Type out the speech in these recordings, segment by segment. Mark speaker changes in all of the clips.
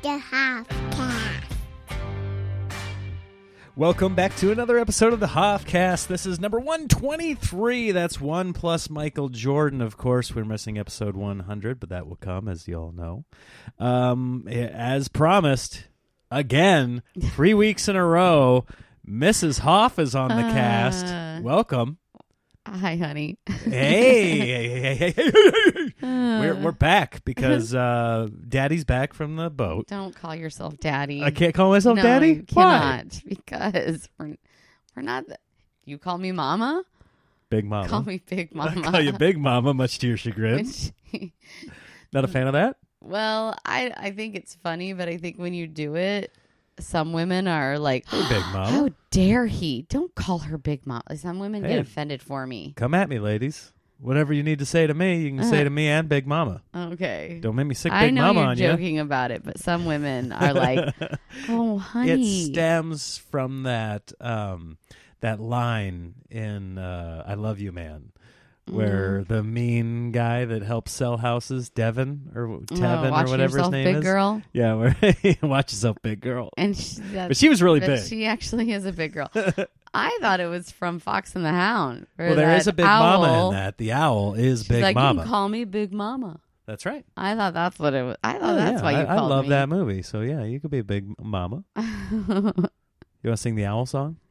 Speaker 1: the half cast.
Speaker 2: Welcome back to another episode of the Hoffcast. This is number 123. That's one plus Michael Jordan. Of course, we're missing episode 100, but that will come, as you all know. Um, as promised, again, three weeks in a row, Mris's Hoff is on the
Speaker 3: Uh.
Speaker 2: cast. Welcome.
Speaker 3: Hi, honey.
Speaker 2: Hey, hey, hey, hey, hey, hey.
Speaker 3: Uh.
Speaker 2: We're, we're back because uh, Daddy's back from the boat.
Speaker 3: Don't call yourself daddy.
Speaker 2: I can't call myself
Speaker 3: no,
Speaker 2: Daddy?
Speaker 3: You
Speaker 2: Why?
Speaker 3: cannot because we're, we're not. th- you call me mama.
Speaker 2: Big Mama.
Speaker 3: Call me big
Speaker 2: I
Speaker 3: mama.
Speaker 2: call you Big Mama, much to your chagrin.
Speaker 3: Which-
Speaker 2: Not a fan of that.
Speaker 3: well, I I think it's funny, but I think when you do it, some women are like,
Speaker 2: Big Mama,
Speaker 3: "How dare he? Don't call her big mama." Some women
Speaker 2: Hey.
Speaker 3: get offended for me.
Speaker 2: come at me, ladies. Whatever you need to say to me, you can say to me and Big Mama.
Speaker 3: Okay.
Speaker 2: Don't make me sick, Big
Speaker 3: Uh-huh. I know
Speaker 2: Mama
Speaker 3: you're
Speaker 2: on
Speaker 3: joking about it, but some women are
Speaker 2: you.
Speaker 3: like, "Oh,
Speaker 2: it
Speaker 3: honey."
Speaker 2: stems from that um, that line in uh, "I Love You, Man." Where
Speaker 3: Mm.
Speaker 2: the mean guy that helps sell houses, Devin or
Speaker 3: Oh,
Speaker 2: Tevin
Speaker 3: watch
Speaker 2: or whatever his
Speaker 3: yourself,
Speaker 2: name
Speaker 3: big
Speaker 2: is,
Speaker 3: girl.
Speaker 2: yeah, where watch yourself, big girl.
Speaker 3: And she, that,
Speaker 2: But she was really
Speaker 3: that
Speaker 2: big.
Speaker 3: She actually is a big girl. I thought it was from Fox and the Hound. where
Speaker 2: well, there is
Speaker 3: that
Speaker 2: a big
Speaker 3: owl,
Speaker 2: mama in that. The owl is
Speaker 3: she's
Speaker 2: big
Speaker 3: like,
Speaker 2: mama.
Speaker 3: You can call me Big Mama.
Speaker 2: That's right.
Speaker 3: I thought that's what it was. I thought Oh, that's
Speaker 2: Oh, yeah.
Speaker 3: why you
Speaker 2: I, I
Speaker 3: called
Speaker 2: love
Speaker 3: me.
Speaker 2: that movie. So yeah, you could be a big mama. You want to sing the owl song?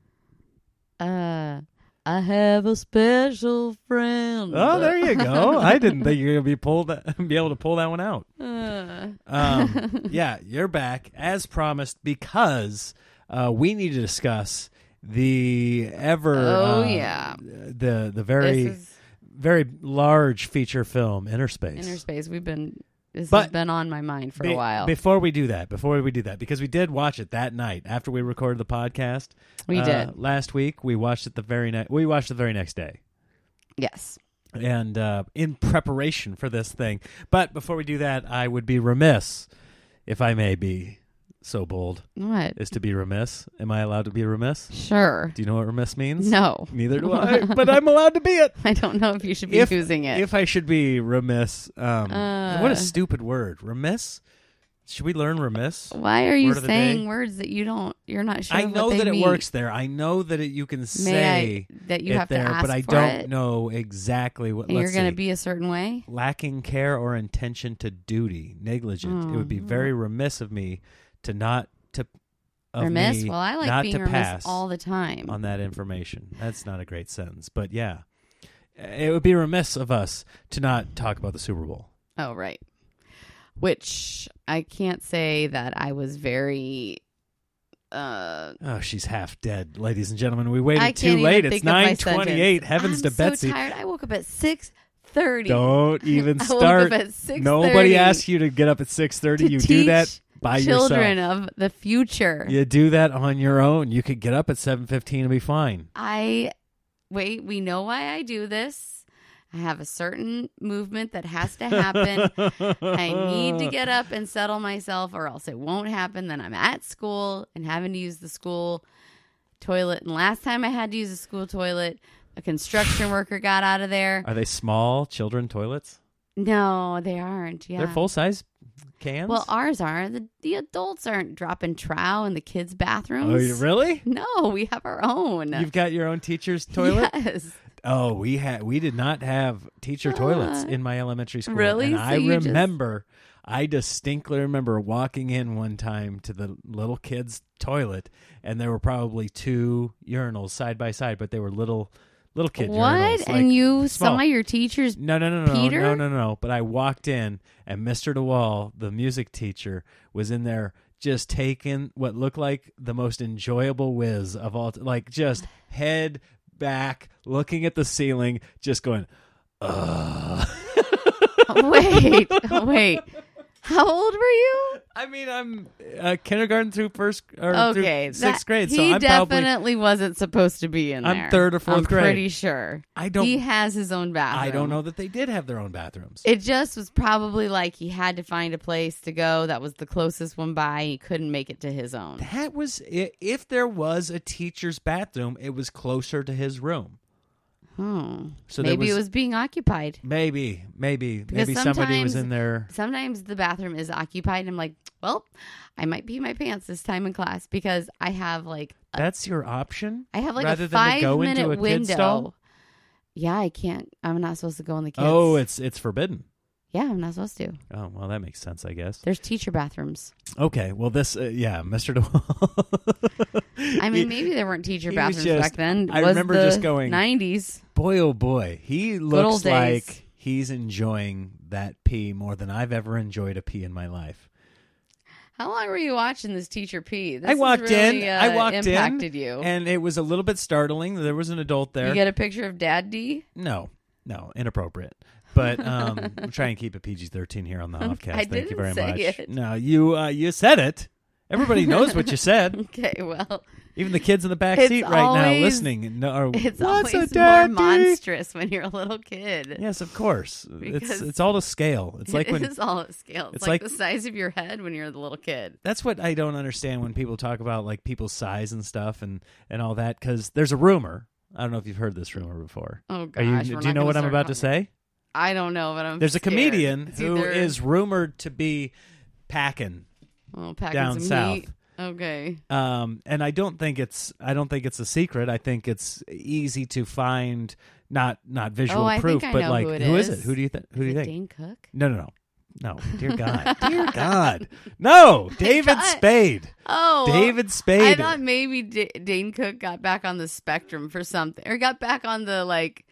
Speaker 3: uh, I have a special friend.
Speaker 2: Oh, there you go. I didn't think you were gonna be pulled be able to pull that one out.
Speaker 3: Uh,
Speaker 2: Um, yeah, you're back as promised because uh, we need to discuss the ever.
Speaker 3: Oh,
Speaker 2: uh,
Speaker 3: yeah.
Speaker 2: the the
Speaker 3: this
Speaker 2: very
Speaker 3: is
Speaker 2: very large feature film Interspace.
Speaker 3: inner space. We've been this has
Speaker 2: But-
Speaker 3: been on my mind for
Speaker 2: Be-
Speaker 3: a while.
Speaker 2: Before we do that, before we do that, because we did watch it that night after we recorded the podcast.
Speaker 3: We
Speaker 2: uh,
Speaker 3: did.
Speaker 2: last week. We watched it the very next. We watched it the very next day,
Speaker 3: yes.
Speaker 2: and uh, in preparation for this thing. But before we do that, I would be remiss if I may be so bold
Speaker 3: What?
Speaker 2: is to be remiss. Am I allowed to be remiss?
Speaker 3: Sure.
Speaker 2: Do you know what remiss means?
Speaker 3: No.
Speaker 2: Neither do I. but I'm allowed to be it.
Speaker 3: I don't know if you should be
Speaker 2: If-
Speaker 3: using it.
Speaker 2: If I should be remiss, um,
Speaker 3: Uh.
Speaker 2: what a stupid word. Remiss. Should we learn remiss?
Speaker 3: Why are you
Speaker 2: Word of the day.
Speaker 3: saying words that you don't? You're not sure.
Speaker 2: I
Speaker 3: what
Speaker 2: know
Speaker 3: they
Speaker 2: that
Speaker 3: mean.
Speaker 2: it works there. I know that it, you can
Speaker 3: May
Speaker 2: say
Speaker 3: I, that you
Speaker 2: it
Speaker 3: have
Speaker 2: there,
Speaker 3: to ask
Speaker 2: but I
Speaker 3: for
Speaker 2: don't
Speaker 3: it,
Speaker 2: know exactly what.
Speaker 3: and you're
Speaker 2: let's
Speaker 3: going
Speaker 2: see.
Speaker 3: to be a certain way.
Speaker 2: lacking care or intention to duty, negligent. It would
Speaker 3: Mm-hmm.
Speaker 2: be very remiss of me to not to of
Speaker 3: Remiss.
Speaker 2: me
Speaker 3: Well, I
Speaker 2: not
Speaker 3: like being
Speaker 2: to
Speaker 3: remiss
Speaker 2: pass
Speaker 3: all the time.
Speaker 2: on that information. That's not a great sentence, but yeah, it would be remiss of us to not talk about the Super Bowl.
Speaker 3: Oh, right. Which I can't say that I was very. Uh,
Speaker 2: Oh, she's half dead, ladies and gentlemen. We waited
Speaker 3: I can't
Speaker 2: too
Speaker 3: even
Speaker 2: late.
Speaker 3: think
Speaker 2: It's
Speaker 3: of my
Speaker 2: nine twenty-eight.
Speaker 3: sentence.
Speaker 2: Heavens
Speaker 3: I'm
Speaker 2: to
Speaker 3: so
Speaker 2: Betsy!
Speaker 3: Tired. I woke up at six thirty.
Speaker 2: Don't even
Speaker 3: I woke up
Speaker 2: start.
Speaker 3: at 6:30
Speaker 2: Nobody asks you to get up at six thirty.
Speaker 3: to
Speaker 2: You do that
Speaker 3: teach
Speaker 2: by yourself.
Speaker 3: Children of the future.
Speaker 2: You do that on your own. You could get up at seven fifteen and be fine.
Speaker 3: I wait, we know why I do this. I have a certain movement that has to happen. I need to get up and settle myself, or else it won't happen. Then I'm at school and having to use the school toilet. And last time I had to use the school toilet, a construction worker got out of there.
Speaker 2: Are they small children toilets?
Speaker 3: No, they aren't. Yeah.
Speaker 2: They're full size cans.
Speaker 3: Well, ours are. The, the adults aren't dropping trow in the kids'
Speaker 2: oh,
Speaker 3: bathrooms.
Speaker 2: you- really?
Speaker 3: No, we have our own.
Speaker 2: You've got your own teacher's toilet.
Speaker 3: Yes.
Speaker 2: Oh, we had we did not have teacher toilets
Speaker 3: Ah.
Speaker 2: in my elementary school.
Speaker 3: Really?
Speaker 2: And
Speaker 3: So
Speaker 2: I
Speaker 3: you just-
Speaker 2: remember, I distinctly remember walking in one time to the little kids' toilet, and there were probably two urinals side by side, but they were little little kid
Speaker 3: What?
Speaker 2: urinals.
Speaker 3: and
Speaker 2: like
Speaker 3: you
Speaker 2: small.
Speaker 3: saw your teacher's
Speaker 2: No, no, no, no,
Speaker 3: Peter?
Speaker 2: no, no, no, no. But I walked in, and Mr. DeWall, the music teacher, was in there just taking what looked like the most enjoyable whiz of all, like just head back, looking at the ceiling, just going, "Ugh."
Speaker 3: wait, wait. How old were you?
Speaker 2: I mean, I'm uh, kindergarten through first or
Speaker 3: Okay,
Speaker 2: through
Speaker 3: that-
Speaker 2: sixth grade,
Speaker 3: He
Speaker 2: so I'm probably
Speaker 3: definitely wasn't supposed to be in
Speaker 2: I'm
Speaker 3: there.
Speaker 2: third or fourth
Speaker 3: I'm
Speaker 2: grade.
Speaker 3: Pretty sure.
Speaker 2: I don't-
Speaker 3: He has his own bathroom.
Speaker 2: I don't know that they did have their own bathrooms.
Speaker 3: It just was probably like he had to find a place to go that was the closest one by. He couldn't make it to his own.
Speaker 2: that was i- if there was a teacher's bathroom, it was closer to his room.
Speaker 3: Oh,
Speaker 2: So there
Speaker 3: maybe it
Speaker 2: was-
Speaker 3: was being occupied.
Speaker 2: Maybe, maybe,
Speaker 3: Because
Speaker 2: maybe somebody was
Speaker 3: sometimes-
Speaker 2: in there.
Speaker 3: Sometimes the bathroom is occupied, and I'm like, well, I might pee my pants this time in class because I have like
Speaker 2: That's your option.
Speaker 3: I have like
Speaker 2: Rather
Speaker 3: a
Speaker 2: than to
Speaker 3: five
Speaker 2: go into
Speaker 3: minute
Speaker 2: a kid's stall?
Speaker 3: window. Yeah, I can't. I'm not supposed to go in the kids.
Speaker 2: Oh, it's it's forbidden.
Speaker 3: yeah, I'm not supposed to.
Speaker 2: Oh well, that makes sense, I guess.
Speaker 3: There's teacher bathrooms.
Speaker 2: Okay, well this, uh, yeah, Mr. DeWall.
Speaker 3: I mean, maybe there weren't teacher
Speaker 2: he was
Speaker 3: bathrooms
Speaker 2: just-
Speaker 3: back then. It
Speaker 2: I
Speaker 3: was
Speaker 2: remember
Speaker 3: the
Speaker 2: just going-
Speaker 3: 90s.
Speaker 2: boy, oh boy, he
Speaker 3: Good old
Speaker 2: looks
Speaker 3: days.
Speaker 2: like he's enjoying that pee more than I've ever enjoyed a pee in my life.
Speaker 3: How long were you watching this teacher pee? This
Speaker 2: I
Speaker 3: has
Speaker 2: walked
Speaker 3: really,
Speaker 2: in.
Speaker 3: Uh,
Speaker 2: I walked
Speaker 3: impacted
Speaker 2: in,
Speaker 3: you.
Speaker 2: and it was a little bit startling. There was an adult there.
Speaker 3: You get a picture of Dad D.
Speaker 2: No, no, inappropriate. But um, I'm trying to keep it PG thirteen here on the Hofcast. Thank you
Speaker 3: didn't
Speaker 2: very
Speaker 3: say
Speaker 2: much.
Speaker 3: it.
Speaker 2: No, you uh, you said it. Everybody knows what you said.
Speaker 3: Okay, well,
Speaker 2: Even the kids in the back
Speaker 3: It's
Speaker 2: seat right now
Speaker 3: always-
Speaker 2: listening. No, are,
Speaker 3: it's
Speaker 2: What's
Speaker 3: always
Speaker 2: a
Speaker 3: more
Speaker 2: daddy?
Speaker 3: monstrous when you're a little kid.
Speaker 2: Yes, of course. It's
Speaker 3: Because-
Speaker 2: it's all to scale. It's like
Speaker 3: it
Speaker 2: when
Speaker 3: is all at scale. It's,
Speaker 2: it's
Speaker 3: like,
Speaker 2: like-
Speaker 3: the size of your head when you're the little kid.
Speaker 2: that's what I don't understand when people talk about like people's size and stuff and and all that because there's a rumor. I don't know if you've heard this rumor before.
Speaker 3: Oh
Speaker 2: Are
Speaker 3: gosh,
Speaker 2: you,
Speaker 3: we're
Speaker 2: do you know
Speaker 3: not gonna
Speaker 2: what I'm
Speaker 3: start
Speaker 2: about to
Speaker 3: talking-
Speaker 2: say?
Speaker 3: I don't know, but I'm.
Speaker 2: There's a
Speaker 3: scared.
Speaker 2: comedian
Speaker 3: It's
Speaker 2: who
Speaker 3: either-
Speaker 2: is rumored to be packing
Speaker 3: oh, packing
Speaker 2: down
Speaker 3: some
Speaker 2: south.
Speaker 3: heat. Okay,
Speaker 2: um, and I don't think it's I don't think it's a secret. I think it's easy to find not not visual
Speaker 3: Oh, I think
Speaker 2: proof,
Speaker 3: I
Speaker 2: but
Speaker 3: know
Speaker 2: like
Speaker 3: who it
Speaker 2: it?
Speaker 3: is.
Speaker 2: Who do you think? Who do
Speaker 3: Is
Speaker 2: you
Speaker 3: it
Speaker 2: think?
Speaker 3: Dane Cook.
Speaker 2: No, no, no, no. Dear God, dear God, no, David
Speaker 3: God.
Speaker 2: Spade,
Speaker 3: Oh, well,
Speaker 2: David
Speaker 3: I
Speaker 2: Spade.
Speaker 3: thought maybe D- Dane Cook got back on the spectrum for something, or got back on the like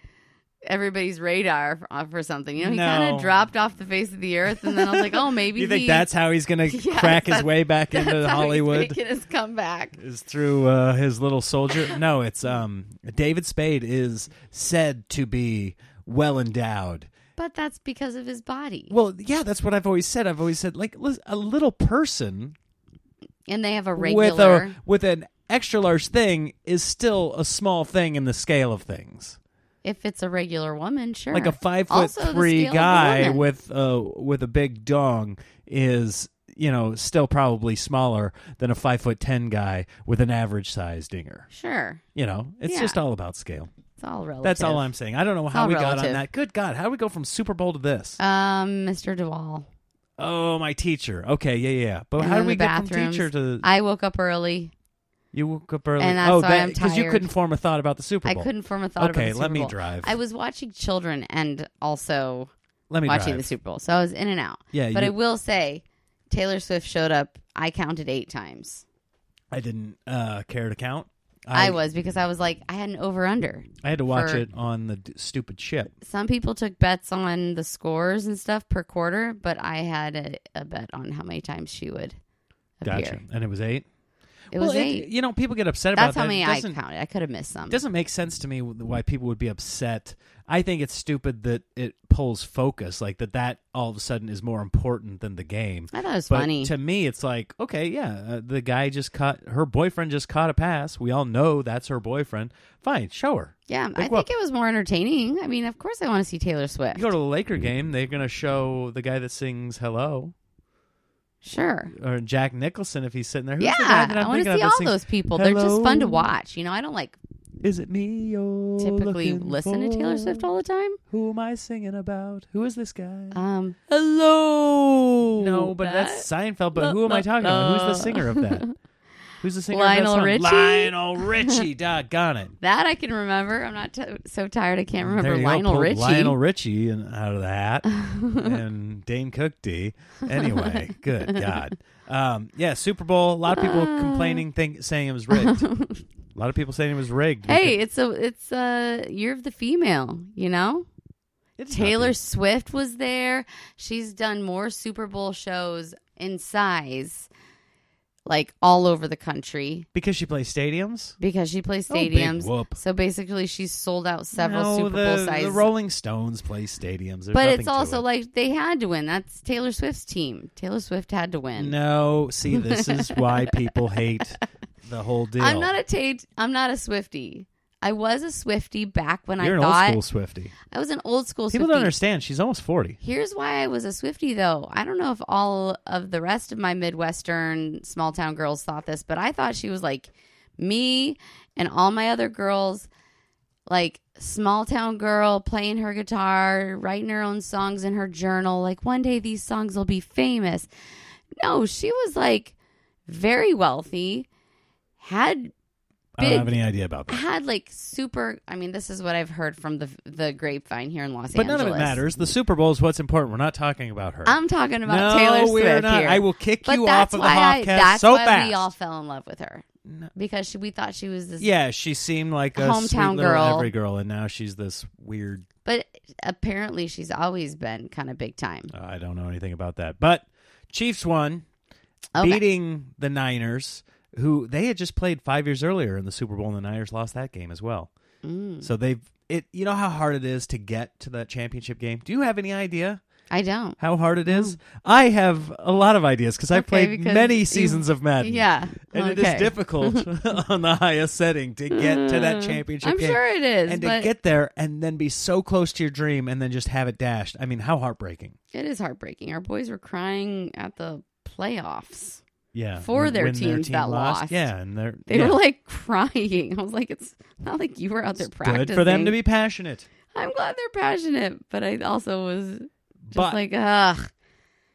Speaker 3: everybody's radar for, uh, for something. You know, he
Speaker 2: No.
Speaker 3: kind of dropped off the face of the earth, and then I was like, oh, maybe
Speaker 2: you think
Speaker 3: he-
Speaker 2: that's how he's gonna
Speaker 3: Yes,
Speaker 2: crack his
Speaker 3: that's-
Speaker 2: way back
Speaker 3: that's
Speaker 2: into
Speaker 3: how he's
Speaker 2: Hollywood?
Speaker 3: making his comeback.
Speaker 2: Is through uh, his little soldier? No, it's um David Spade is said to be well endowed.
Speaker 3: But that's because of his body.
Speaker 2: Well, yeah, that's what I've always said. I've always said like lis- a little person
Speaker 3: and they have a
Speaker 2: with a
Speaker 3: regular.
Speaker 2: with an extra large thing is still a small thing in the scale of things.
Speaker 3: if it's a regular woman, sure.
Speaker 2: Like a five foot
Speaker 3: Also, the
Speaker 2: three
Speaker 3: scale of a
Speaker 2: guy
Speaker 3: woman.
Speaker 2: with a with a big dong is you know still probably smaller than a five foot ten guy with an average size dinger.
Speaker 3: Sure.
Speaker 2: You know, it's
Speaker 3: Yeah.
Speaker 2: just all about scale.
Speaker 3: It's all relative.
Speaker 2: That's all I'm saying. I don't know how
Speaker 3: all
Speaker 2: we got on
Speaker 3: relative.
Speaker 2: that. Good God, how do we go from Super Bowl to this?
Speaker 3: Um, Mr. DeWall.
Speaker 2: oh, my teacher. Okay, yeah, yeah. yeah. But
Speaker 3: And
Speaker 2: how
Speaker 3: then
Speaker 2: do we
Speaker 3: the
Speaker 2: get from
Speaker 3: bathrooms.
Speaker 2: teacher to
Speaker 3: I woke up early.
Speaker 2: You woke up early.
Speaker 3: And that's
Speaker 2: oh,
Speaker 3: why I'm
Speaker 2: because you
Speaker 3: tired.
Speaker 2: couldn't form a thought about the Super
Speaker 3: I
Speaker 2: Bowl.
Speaker 3: couldn't form a thought about
Speaker 2: Okay,
Speaker 3: the
Speaker 2: let
Speaker 3: Super
Speaker 2: me
Speaker 3: Bowl.
Speaker 2: drive.
Speaker 3: I was watching children and also
Speaker 2: Let me
Speaker 3: watching
Speaker 2: drive.
Speaker 3: the Super Bowl. So I was in and out.
Speaker 2: Yeah,
Speaker 3: But
Speaker 2: you-
Speaker 3: I will say Taylor Swift showed up. I counted 8 times.
Speaker 2: I didn't uh, care to count.
Speaker 3: I, was because I was like I had an over under.
Speaker 2: I had to watch
Speaker 3: for-
Speaker 2: it on the d- stupid ship.
Speaker 3: Some people took bets on the scores and stuff per quarter, but I had a, a bet on how many times she would appear.
Speaker 2: Gotcha. And it was eight.
Speaker 3: It
Speaker 2: well,
Speaker 3: was 8.
Speaker 2: you know, people get upset
Speaker 3: That's
Speaker 2: about
Speaker 3: how
Speaker 2: that.
Speaker 3: many
Speaker 2: it
Speaker 3: I
Speaker 2: doesn't,
Speaker 3: counted. I could have missed some.
Speaker 2: It doesn't make sense to me wh- why people would be upset. I think it's stupid that it pulls focus, like that. That all of a sudden is more important than the game.
Speaker 3: I thought it was
Speaker 2: But
Speaker 3: funny.
Speaker 2: to me, it's like, okay, yeah, uh, the guy just caught her boyfriend just caught a pass. We all know that's her boyfriend. Fine, show her.
Speaker 3: yeah, I
Speaker 2: well-
Speaker 3: think it was more entertaining. I mean, of course, I want to see Taylor Swift.
Speaker 2: You go to the Laker game, they're going to show the guy that sings "Hello"
Speaker 3: Sure.
Speaker 2: or Jack Nicholson if he's sitting there. Who's
Speaker 3: yeah,
Speaker 2: the guy that
Speaker 3: I
Speaker 2: I'm
Speaker 3: want
Speaker 2: thinking
Speaker 3: to
Speaker 2: of
Speaker 3: see
Speaker 2: that
Speaker 3: all
Speaker 2: sings,
Speaker 3: those people. They're just fun to
Speaker 2: "Hello,
Speaker 3: watch. You know, I don't like
Speaker 2: Is it me? You're
Speaker 3: typically
Speaker 2: looking
Speaker 3: listen to Taylor Swift
Speaker 2: for?
Speaker 3: all the time.
Speaker 2: Who am I singing about? Who is this guy?
Speaker 3: Um,
Speaker 2: Hello. No, but
Speaker 3: that-
Speaker 2: that's Seinfeld. But
Speaker 3: No,
Speaker 2: who am I
Speaker 3: no,
Speaker 2: talking about? Who's the
Speaker 3: no.
Speaker 2: singer of that? Who's the singer
Speaker 3: Lionel
Speaker 2: of that
Speaker 3: Richie?
Speaker 2: song? Lionel Richie. Doggone it.
Speaker 3: that I can remember. I'm not t- so tired. I can't remember
Speaker 2: There you go,
Speaker 3: Lionel
Speaker 2: pulled
Speaker 3: Richie.
Speaker 2: Lionel Richie and out of the hat, and Dane Cook D. Anyway, good God. Um, yeah, Super Bowl. A lot of people complaining, think, saying it was rigged. a lot of people saying it was rigged.
Speaker 3: hey, it's a it's a year of the female. You know,
Speaker 2: It's not
Speaker 3: Taylor
Speaker 2: rigged.
Speaker 3: Swift was there. She's done more Super Bowl shows in size, like all over the country
Speaker 2: because she plays stadiums.
Speaker 3: because she plays
Speaker 2: Oh, big
Speaker 3: stadiums.
Speaker 2: whoop.
Speaker 3: so basically, she's sold out several
Speaker 2: No,
Speaker 3: Super
Speaker 2: the,
Speaker 3: Bowl
Speaker 2: The
Speaker 3: sizes.
Speaker 2: Rolling Stones play stadiums. There's
Speaker 3: but
Speaker 2: nothing
Speaker 3: it's
Speaker 2: to
Speaker 3: also
Speaker 2: it.
Speaker 3: like they had to win. That's Taylor Swift's team. Taylor Swift had to win.
Speaker 2: no. See, this is why people hate the whole deal.
Speaker 3: I'm not a Tate. I'm not a Swifty. I was a Swifty back when
Speaker 2: You're
Speaker 3: I
Speaker 2: an
Speaker 3: thought
Speaker 2: old school Swifty.
Speaker 3: I was an old school.
Speaker 2: People
Speaker 3: Swiftie.
Speaker 2: don't understand. She's almost forty.
Speaker 3: Here's why I was a Swifty, though. I don't know if all of the rest of my Midwestern small town girls thought this, but I thought she was like me and all my other girls like small town girl playing her guitar, writing her own songs in her journal. Like one day these songs will be famous. No, she was like very wealthy, had
Speaker 2: I don't
Speaker 3: big-
Speaker 2: have any idea about that.
Speaker 3: had like super. I mean, this is what I've heard from the the grapevine here in Los
Speaker 2: But
Speaker 3: Angeles.
Speaker 2: none of it matters. The Super Bowl is what's important. We're not talking about her.
Speaker 3: I'm talking about
Speaker 2: no,
Speaker 3: Taylor
Speaker 2: we
Speaker 3: Swift
Speaker 2: are not.
Speaker 3: here.
Speaker 2: I will kick
Speaker 3: but
Speaker 2: you off
Speaker 3: that's
Speaker 2: of the
Speaker 3: why I,
Speaker 2: Hofcast
Speaker 3: that's
Speaker 2: so
Speaker 3: why
Speaker 2: fast.
Speaker 3: we all fell in love with her
Speaker 2: No.
Speaker 3: because she, we thought she was this.
Speaker 2: yeah, she seemed like a
Speaker 3: Hometown
Speaker 2: sweet little
Speaker 3: girl.
Speaker 2: every girl, and now she's this weird.
Speaker 3: But apparently, she's always been kind of big time.
Speaker 2: uh, I don't know anything about that, but Chiefs won,
Speaker 3: Okay.
Speaker 2: beating the Niners, who they had just played five years earlier in the Super Bowl, and the Niners lost that game as well.
Speaker 3: Mm,
Speaker 2: So they've it. You know how hard it is to get to that championship game. Do you have any idea
Speaker 3: I don't.
Speaker 2: how hard it is? I have a lot of ideas because I've
Speaker 3: Hmm. Okay,
Speaker 2: played
Speaker 3: because
Speaker 2: many
Speaker 3: you-
Speaker 2: seasons of Madden.
Speaker 3: Yeah,
Speaker 2: And it
Speaker 3: okay.
Speaker 2: is difficult on the highest setting to get to that
Speaker 3: Uh,
Speaker 2: championship
Speaker 3: I'm
Speaker 2: game.
Speaker 3: sure it is,
Speaker 2: and to
Speaker 3: but
Speaker 2: get there and then be so close to your dream and then just have it dashed. I mean, how heartbreaking.
Speaker 3: it is heartbreaking. Our boys were crying at the playoffs.
Speaker 2: Yeah.
Speaker 3: For
Speaker 2: when-
Speaker 3: their
Speaker 2: when
Speaker 3: teams
Speaker 2: team
Speaker 3: that lost.
Speaker 2: Yeah, and they're
Speaker 3: They
Speaker 2: yeah.
Speaker 3: were like crying. I was like, it's not like you were out there
Speaker 2: It's
Speaker 3: practicing.
Speaker 2: Good for them to be passionate.
Speaker 3: I'm glad they're passionate, but I also was just
Speaker 2: But
Speaker 3: like, ugh,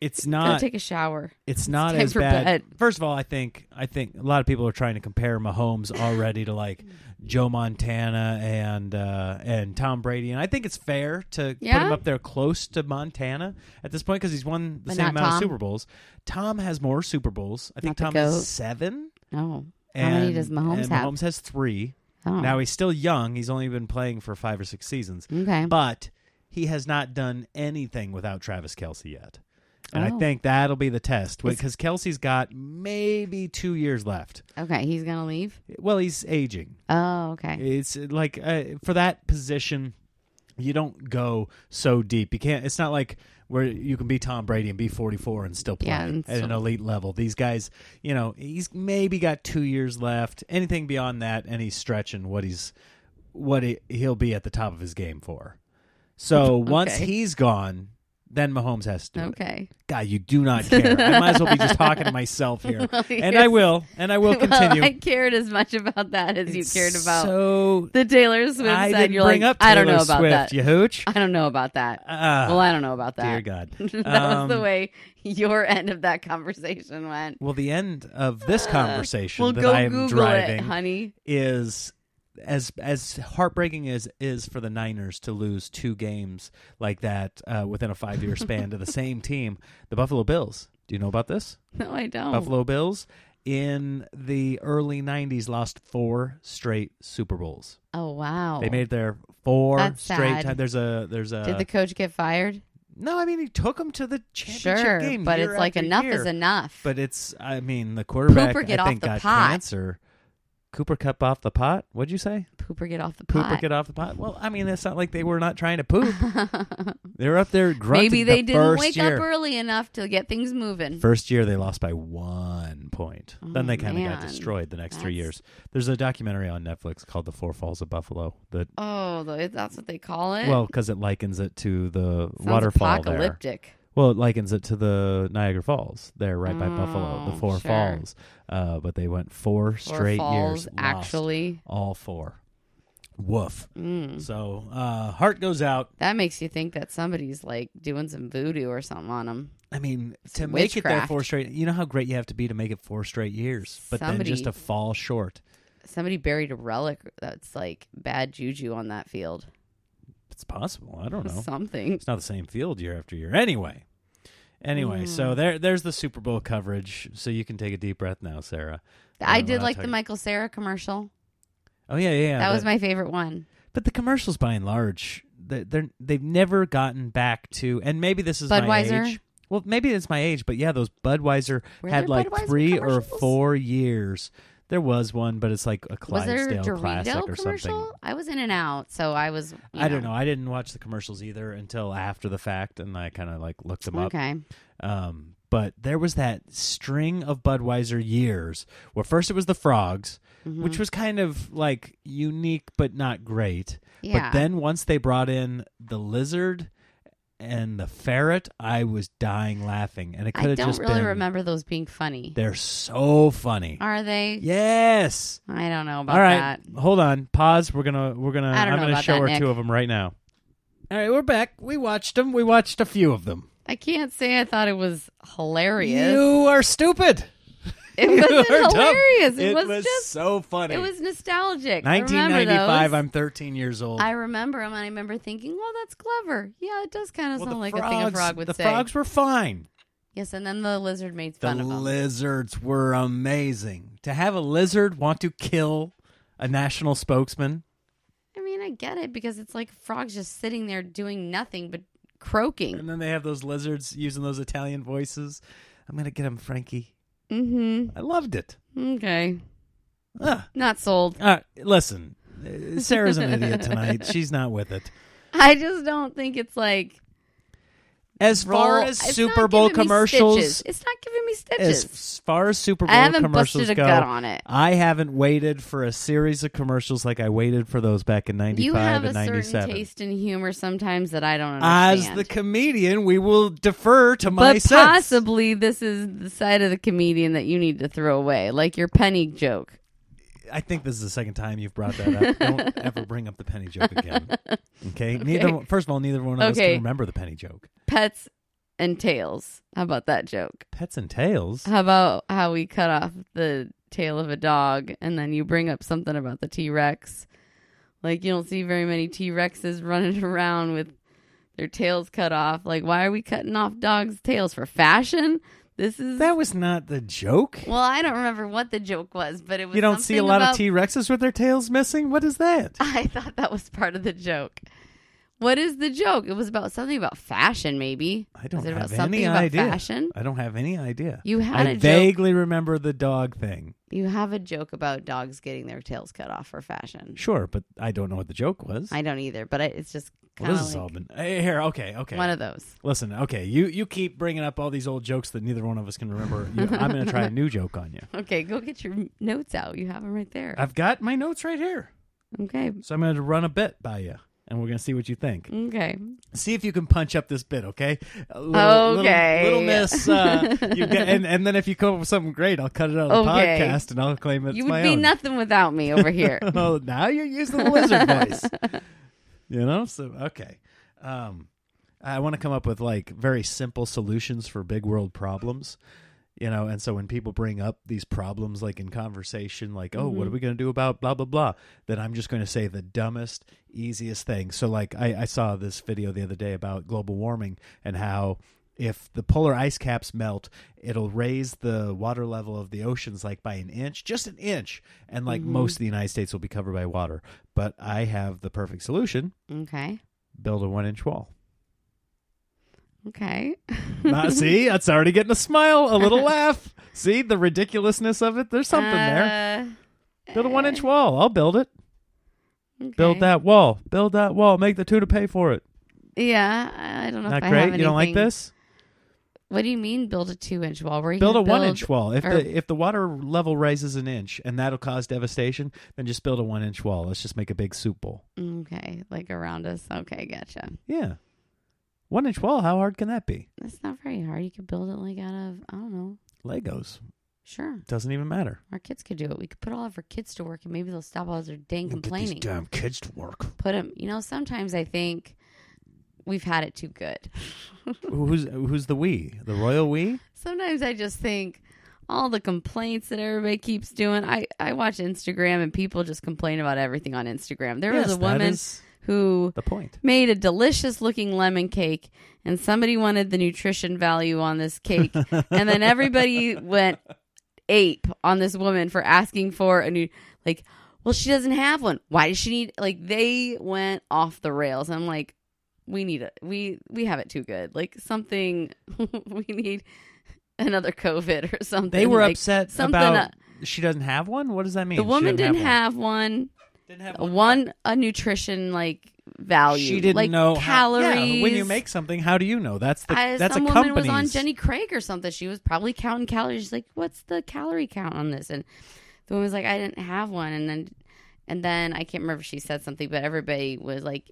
Speaker 2: it's
Speaker 3: gotta
Speaker 2: not
Speaker 3: take a shower.
Speaker 2: it's not
Speaker 3: time
Speaker 2: as
Speaker 3: for
Speaker 2: bad.
Speaker 3: bed.
Speaker 2: First of all, I think I think a lot of people are trying to compare Mahomes already to like Joe Montana and uh, and Tom Brady, and I think it's fair to put
Speaker 3: Yeah?
Speaker 2: him up there close to Montana at this point because he's won the
Speaker 3: But
Speaker 2: same
Speaker 3: not
Speaker 2: amount of
Speaker 3: Tom.
Speaker 2: Super Bowls. Tom has more Super Bowls. I think
Speaker 3: Not the
Speaker 2: Tom
Speaker 3: goat.
Speaker 2: has seven.
Speaker 3: No, How
Speaker 2: And,
Speaker 3: many does Mahomes
Speaker 2: and
Speaker 3: have?
Speaker 2: Mahomes has three.
Speaker 3: oh,
Speaker 2: Now he's still young. He's only been playing for five or six seasons,
Speaker 3: okay.
Speaker 2: but he has not done anything without Travis Kelsey yet. And I
Speaker 3: Oh.
Speaker 2: think that'll be the test
Speaker 3: Is-
Speaker 2: because Kelsey's got maybe two years left.
Speaker 3: Okay, he's gonna leave.
Speaker 2: Well, he's aging.
Speaker 3: Oh, okay.
Speaker 2: It's like uh, for that position, you don't go so deep. You can't. It's not like where you can be Tom Brady and be 44 and still play
Speaker 3: Yeah, and
Speaker 2: at an
Speaker 3: still-
Speaker 2: elite level. These guys, you know, he's maybe got two years left. Anything beyond that, and he's stretching what he's what he, he'll be at the top of his game for. So once
Speaker 3: Okay.
Speaker 2: he's gone, then Mahomes has to do it.
Speaker 3: Okay.
Speaker 2: God, you do not care. I might as well be just talking to myself here, and I will, and I will continue.
Speaker 3: Well, I cared as much about that as you
Speaker 2: It's
Speaker 3: cared about
Speaker 2: so
Speaker 3: the Taylor Swift
Speaker 2: I
Speaker 3: side.
Speaker 2: didn't
Speaker 3: You're
Speaker 2: bring
Speaker 3: like,
Speaker 2: up Taylor
Speaker 3: I don't know about
Speaker 2: Swift,
Speaker 3: that.
Speaker 2: you hooch.
Speaker 3: I don't know about that.
Speaker 2: Ah,
Speaker 3: well, I don't know about that.
Speaker 2: dear God.
Speaker 3: that
Speaker 2: Um,
Speaker 3: was the way your end of that conversation went.
Speaker 2: Well, the end of this conversation
Speaker 3: Uh, Well,
Speaker 2: that
Speaker 3: go
Speaker 2: I am
Speaker 3: Google it,
Speaker 2: driving
Speaker 3: honey.
Speaker 2: is as as heartbreaking as is for the Niners to lose two games like that uh, within a five year span to the same team, the Buffalo Bills. Do you know about this?
Speaker 3: No, I don't.
Speaker 2: Buffalo Bills in the early '90s lost four straight Super Bowls.
Speaker 3: Oh wow.
Speaker 2: They made uh, their four
Speaker 3: That's
Speaker 2: straight.
Speaker 3: sad.
Speaker 2: Time. There's a there's a
Speaker 3: Did the coach get fired?
Speaker 2: No, I mean he took them to the championship
Speaker 3: Sure,
Speaker 2: game.
Speaker 3: but
Speaker 2: year
Speaker 3: it's like
Speaker 2: after
Speaker 3: enough
Speaker 2: year.
Speaker 3: is enough.
Speaker 2: But it's I mean the quarterback
Speaker 3: Pooper get
Speaker 2: I
Speaker 3: off
Speaker 2: think
Speaker 3: the
Speaker 2: got
Speaker 3: pot.
Speaker 2: cancer. Cooper cup off the pot. What'd you say?
Speaker 3: pooper get off the
Speaker 2: Pooper
Speaker 3: pot.
Speaker 2: get off the pot. Well, I mean it's not like they were not trying to poop. they were up there grunting.
Speaker 3: Maybe they
Speaker 2: the
Speaker 3: didn't
Speaker 2: first
Speaker 3: wake
Speaker 2: year.
Speaker 3: up early enough to get things moving.
Speaker 2: First year they lost by one point. then
Speaker 3: Oh,
Speaker 2: they kind of got
Speaker 3: man.
Speaker 2: destroyed the next three
Speaker 3: That's-
Speaker 2: years. There's a documentary on Netflix called "The Four Falls of Buffalo." That
Speaker 3: oh, tho- that's what they call it.
Speaker 2: well, because it likens it to the
Speaker 3: Eh. Sounds
Speaker 2: waterfall there.
Speaker 3: apocalyptic.
Speaker 2: Well, it likens it to the Niagara Falls there, right by Buffalo, the
Speaker 3: Oh,
Speaker 2: Four
Speaker 3: sure.
Speaker 2: Falls. Uh, but they went four,
Speaker 3: Four
Speaker 2: straight
Speaker 3: falls,
Speaker 2: years, lost
Speaker 3: actually.
Speaker 2: all four. Woof.
Speaker 3: Mm.
Speaker 2: So uh, heart goes out.
Speaker 3: That makes you think that somebody's like doing some voodoo or something on them.
Speaker 2: I mean, to make it that
Speaker 3: witchcraft.
Speaker 2: four straight, you know how great you have to be to make it four straight years, but then just
Speaker 3: Somebody-
Speaker 2: to fall short.
Speaker 3: Somebody buried a relic that's like bad juju on that field.
Speaker 2: It's possible. I don't know.
Speaker 3: Something.
Speaker 2: It's not the same field year after year. Anyway. Anyway, so
Speaker 3: Mm.
Speaker 2: there there's the Super Bowl coverage. So you can take a deep breath now, Sarah.
Speaker 3: I
Speaker 2: Uh, we're
Speaker 3: did
Speaker 2: not
Speaker 3: like the
Speaker 2: talking-
Speaker 3: Michael Sarah commercial.
Speaker 2: Oh yeah, yeah. yeah,
Speaker 3: that was
Speaker 2: that-
Speaker 3: my favorite one.
Speaker 2: But the commercials, by and large, they- they're they've never gotten back to. And maybe this is
Speaker 3: Budweiser?
Speaker 2: My age. Well, maybe it's my age, but yeah, those Budweiser
Speaker 3: Were
Speaker 2: had
Speaker 3: there
Speaker 2: like
Speaker 3: Budweiser
Speaker 2: three or
Speaker 3: commercials?
Speaker 2: four years. There was one, but it's like a
Speaker 3: Was there a
Speaker 2: Clydesdale classic
Speaker 3: Dorito
Speaker 2: or
Speaker 3: commercial?
Speaker 2: something.
Speaker 3: I was in and out, so I was. you
Speaker 2: I don't know. I didn't watch the commercials either until after the fact, and I kind of like looked them up.
Speaker 3: Okay.
Speaker 2: Um, but there was that string of Budweiser years where first it was the frogs,
Speaker 3: Mm-hmm.
Speaker 2: which was kind of like unique but not great.
Speaker 3: Yeah.
Speaker 2: But then once they brought in the lizard and the ferret, I was dying laughing, and it could
Speaker 3: I
Speaker 2: have
Speaker 3: don't
Speaker 2: just
Speaker 3: really
Speaker 2: been.
Speaker 3: remember those being funny.
Speaker 2: They're so funny.
Speaker 3: Are they?
Speaker 2: Yes.
Speaker 3: I don't know about
Speaker 2: All right,
Speaker 3: that.
Speaker 2: hold on. Pause. We're gonna we're gonna
Speaker 3: I don't
Speaker 2: I'm
Speaker 3: know
Speaker 2: gonna
Speaker 3: about
Speaker 2: show
Speaker 3: that,
Speaker 2: her
Speaker 3: Nick.
Speaker 2: two of them right now. All right, we're back. We watched them. We watched a few of them.
Speaker 3: I can't say I thought it was hilarious.
Speaker 2: You are stupid.
Speaker 3: it
Speaker 2: You
Speaker 3: wasn't
Speaker 2: are dumb.
Speaker 3: hilarious. It, was, just
Speaker 2: so funny.
Speaker 3: it was nostalgic. I remember
Speaker 2: 1995.
Speaker 3: those.
Speaker 2: I'm 13 years old.
Speaker 3: I remember them and I remember thinking, well, that's clever. Yeah, it does kind of
Speaker 2: Well,
Speaker 3: sound
Speaker 2: the
Speaker 3: like
Speaker 2: frogs,
Speaker 3: a thing a frog would
Speaker 2: the
Speaker 3: say.
Speaker 2: frogs were fine.
Speaker 3: yes, and then the lizard made
Speaker 2: The
Speaker 3: fun of them.
Speaker 2: lizards were amazing. To have a lizard want to kill a national spokesman.
Speaker 3: I mean, I get it because it's like frogs just sitting there doing nothing but croaking.
Speaker 2: And then they have those lizards using those Italian voices. I'm going to get him, Frankie.
Speaker 3: Mm
Speaker 2: I loved it.
Speaker 3: hmm. Okay.
Speaker 2: Ah,
Speaker 3: Not sold.
Speaker 2: all right, listen, uh, Sarah's an idiot tonight. She's not with it.
Speaker 3: I just don't think it's like.
Speaker 2: As far
Speaker 3: roll-
Speaker 2: as
Speaker 3: it's
Speaker 2: Super
Speaker 3: not
Speaker 2: Bowl
Speaker 3: giving me
Speaker 2: commercials,
Speaker 3: stitches. It's not giving me
Speaker 2: as
Speaker 3: stitches.
Speaker 2: f- far as Super Bowl
Speaker 3: I haven't
Speaker 2: commercials
Speaker 3: busted a
Speaker 2: go,
Speaker 3: gut on it.
Speaker 2: I haven't waited for a series of commercials like I waited for those back in '95
Speaker 3: You have a
Speaker 2: and
Speaker 3: certain
Speaker 2: '97.
Speaker 3: taste in humor sometimes that I don't
Speaker 2: As
Speaker 3: understand.
Speaker 2: the comedian, we will defer to my
Speaker 3: but
Speaker 2: sense.
Speaker 3: possibly this is the side of the comedian that you need to throw away, like your penny joke.
Speaker 2: I think this is the second time you've brought that up. Don't ever bring up the penny joke again. Okay. Neither. one- First of all, neither one of us
Speaker 3: Okay.
Speaker 2: can remember the penny joke.
Speaker 3: Pets and tails. How about that joke?
Speaker 2: Pets and tails.
Speaker 3: How about how we cut off the tail of a dog and then you bring up something about the T Rex? Like, you don't see very many T Rexes running around with their tails cut off. Like, why are we cutting off dogs' tails for fashion? This is.
Speaker 2: That was not the joke.
Speaker 3: well, I don't remember what the joke was, but it was.
Speaker 2: you don't see a
Speaker 3: something
Speaker 2: lot
Speaker 3: about, Ah,
Speaker 2: of T Rexes with their tails missing. What is that?
Speaker 3: I thought that was part of the joke. What is the joke? It was about something about fashion, maybe.
Speaker 2: I don't
Speaker 3: was it
Speaker 2: have
Speaker 3: about something
Speaker 2: any
Speaker 3: about
Speaker 2: idea.
Speaker 3: fashion?
Speaker 2: I don't have any idea.
Speaker 3: You had
Speaker 2: I
Speaker 3: a joke.
Speaker 2: vaguely remember the dog thing.
Speaker 3: You have a joke about dogs getting their tails cut off for fashion.
Speaker 2: Sure, but I don't know what the joke was.
Speaker 3: I don't either, but I, it's just
Speaker 2: well,
Speaker 3: kind
Speaker 2: this
Speaker 3: of
Speaker 2: has all
Speaker 3: like
Speaker 2: been Hey, Eh, here. Okay, okay.
Speaker 3: one of those.
Speaker 2: Listen, okay. You you keep bringing up all these old jokes that neither one of us can remember. You, I'm going to try a new joke on you.
Speaker 3: Okay, go get your notes out. You have them right there.
Speaker 2: I've got my notes right here,
Speaker 3: okay,
Speaker 2: so I'm going to run a bit by you, and we're going to see what you think.
Speaker 3: okay.
Speaker 2: See if you can punch up this bit, okay? A little-
Speaker 3: Okay.
Speaker 2: Little, little miss. Uh, you get, and, and then if you come up with something great, I'll cut it out of
Speaker 3: Okay.
Speaker 2: the podcast and I'll claim it's
Speaker 3: you
Speaker 2: my
Speaker 3: would be
Speaker 2: own.
Speaker 3: nothing without me over here.
Speaker 2: well, now you're using the lizard voice. You know, so okay. Um, I want to come up with like very simple solutions for big world problems. You know, and so when people bring up these problems, like in conversation, like, "Oh, what are we going to do about blah blah blah?" Then I'm just going to say the dumbest, easiest thing. So, like, I, I saw this video the other day about global warming and how if the polar ice caps melt, it'll raise the water level of the oceans like by an inch, just an inch, and like most of the United States will be covered by water. But I have the perfect solution:
Speaker 3: okay,
Speaker 2: build a one-inch wall.
Speaker 3: okay.
Speaker 2: Not, see, that's already getting a smile, a little laugh. See the ridiculousness of it. There's something there.
Speaker 3: Uh,
Speaker 2: Build a one inch wall. I'll build it.
Speaker 3: eh,
Speaker 2: Build that wall. Build that wall. Make the two to pay for it.
Speaker 3: Yeah, I- I don't know.
Speaker 2: Not
Speaker 3: if I
Speaker 2: great.
Speaker 3: have
Speaker 2: You don't like
Speaker 3: anything-
Speaker 2: this?
Speaker 3: What do you mean, build a two-inch wall? Where you
Speaker 2: Build a
Speaker 3: gonna
Speaker 2: one inch wall. If
Speaker 3: or-
Speaker 2: the if the water level rises an inch and that'll cause devastation, then just build a one inch wall. Let's just make a big soup bowl.
Speaker 3: Okay, like around us. Okay, gotcha.
Speaker 2: Yeah. One inch wall, how hard can that be?
Speaker 3: That's not very hard. You could build it like out of I don't know.
Speaker 2: Legos.
Speaker 3: Sure,
Speaker 2: Doesn't even matter.
Speaker 3: our kids could do it. We could put all of our kids to work, and maybe they'll stop all their dang complaining.
Speaker 2: damn kids to work.
Speaker 3: put them. You know, sometimes I think we've had it too good.
Speaker 2: who's who's the we? The royal we?
Speaker 3: sometimes I just think all the complaints that everybody keeps doing. I I watch Instagram, and people just complain about everything on Instagram. There
Speaker 2: yes,
Speaker 3: was a
Speaker 2: that
Speaker 3: woman
Speaker 2: is
Speaker 3: who
Speaker 2: the point.
Speaker 3: made a delicious looking lemon cake and somebody wanted the nutrition value on this cake and then everybody went ape on this woman for asking for a new like well she doesn't have one why does she need like they went off the rails i'm like we need it we we have it too good like something we need another covid or something
Speaker 2: They were
Speaker 3: like,
Speaker 2: upset
Speaker 3: something
Speaker 2: about
Speaker 3: uh,
Speaker 2: she doesn't have one. What does that mean?
Speaker 3: the
Speaker 2: She
Speaker 3: woman
Speaker 2: doesn't
Speaker 3: didn't have one
Speaker 2: didn't have
Speaker 3: one a nutrition like value
Speaker 2: She didn't
Speaker 3: like
Speaker 2: know
Speaker 3: calories
Speaker 2: How, yeah, when you make something, how do you know? That's the
Speaker 3: I,
Speaker 2: that's
Speaker 3: some
Speaker 2: a
Speaker 3: woman
Speaker 2: company.
Speaker 3: was on Jenny Craig or something. She was probably counting calories. She's like, "What's the calorie count on this?" And the woman was like, "I didn't have one." And then, and then I can't remember if she said something, but everybody was like,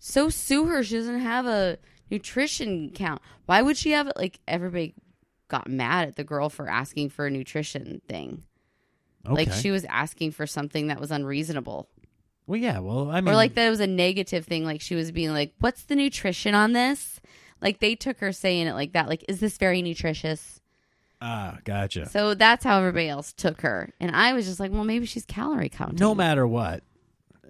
Speaker 3: "So sue her. She doesn't have a nutrition count. Why would she have it? Like everybody got mad at the girl for asking for a nutrition thing.
Speaker 2: Okay.
Speaker 3: Like she was asking for something that was unreasonable,
Speaker 2: well, yeah. Well, I mean,
Speaker 3: or like that it was a negative thing. Like she was being like, "What's the nutrition on this?" Like they took her saying it like that. Like, is this very nutritious?
Speaker 2: ah, gotcha.
Speaker 3: So that's how everybody else took her, and I was just like, "Well, maybe she's calorie counting."
Speaker 2: no matter what,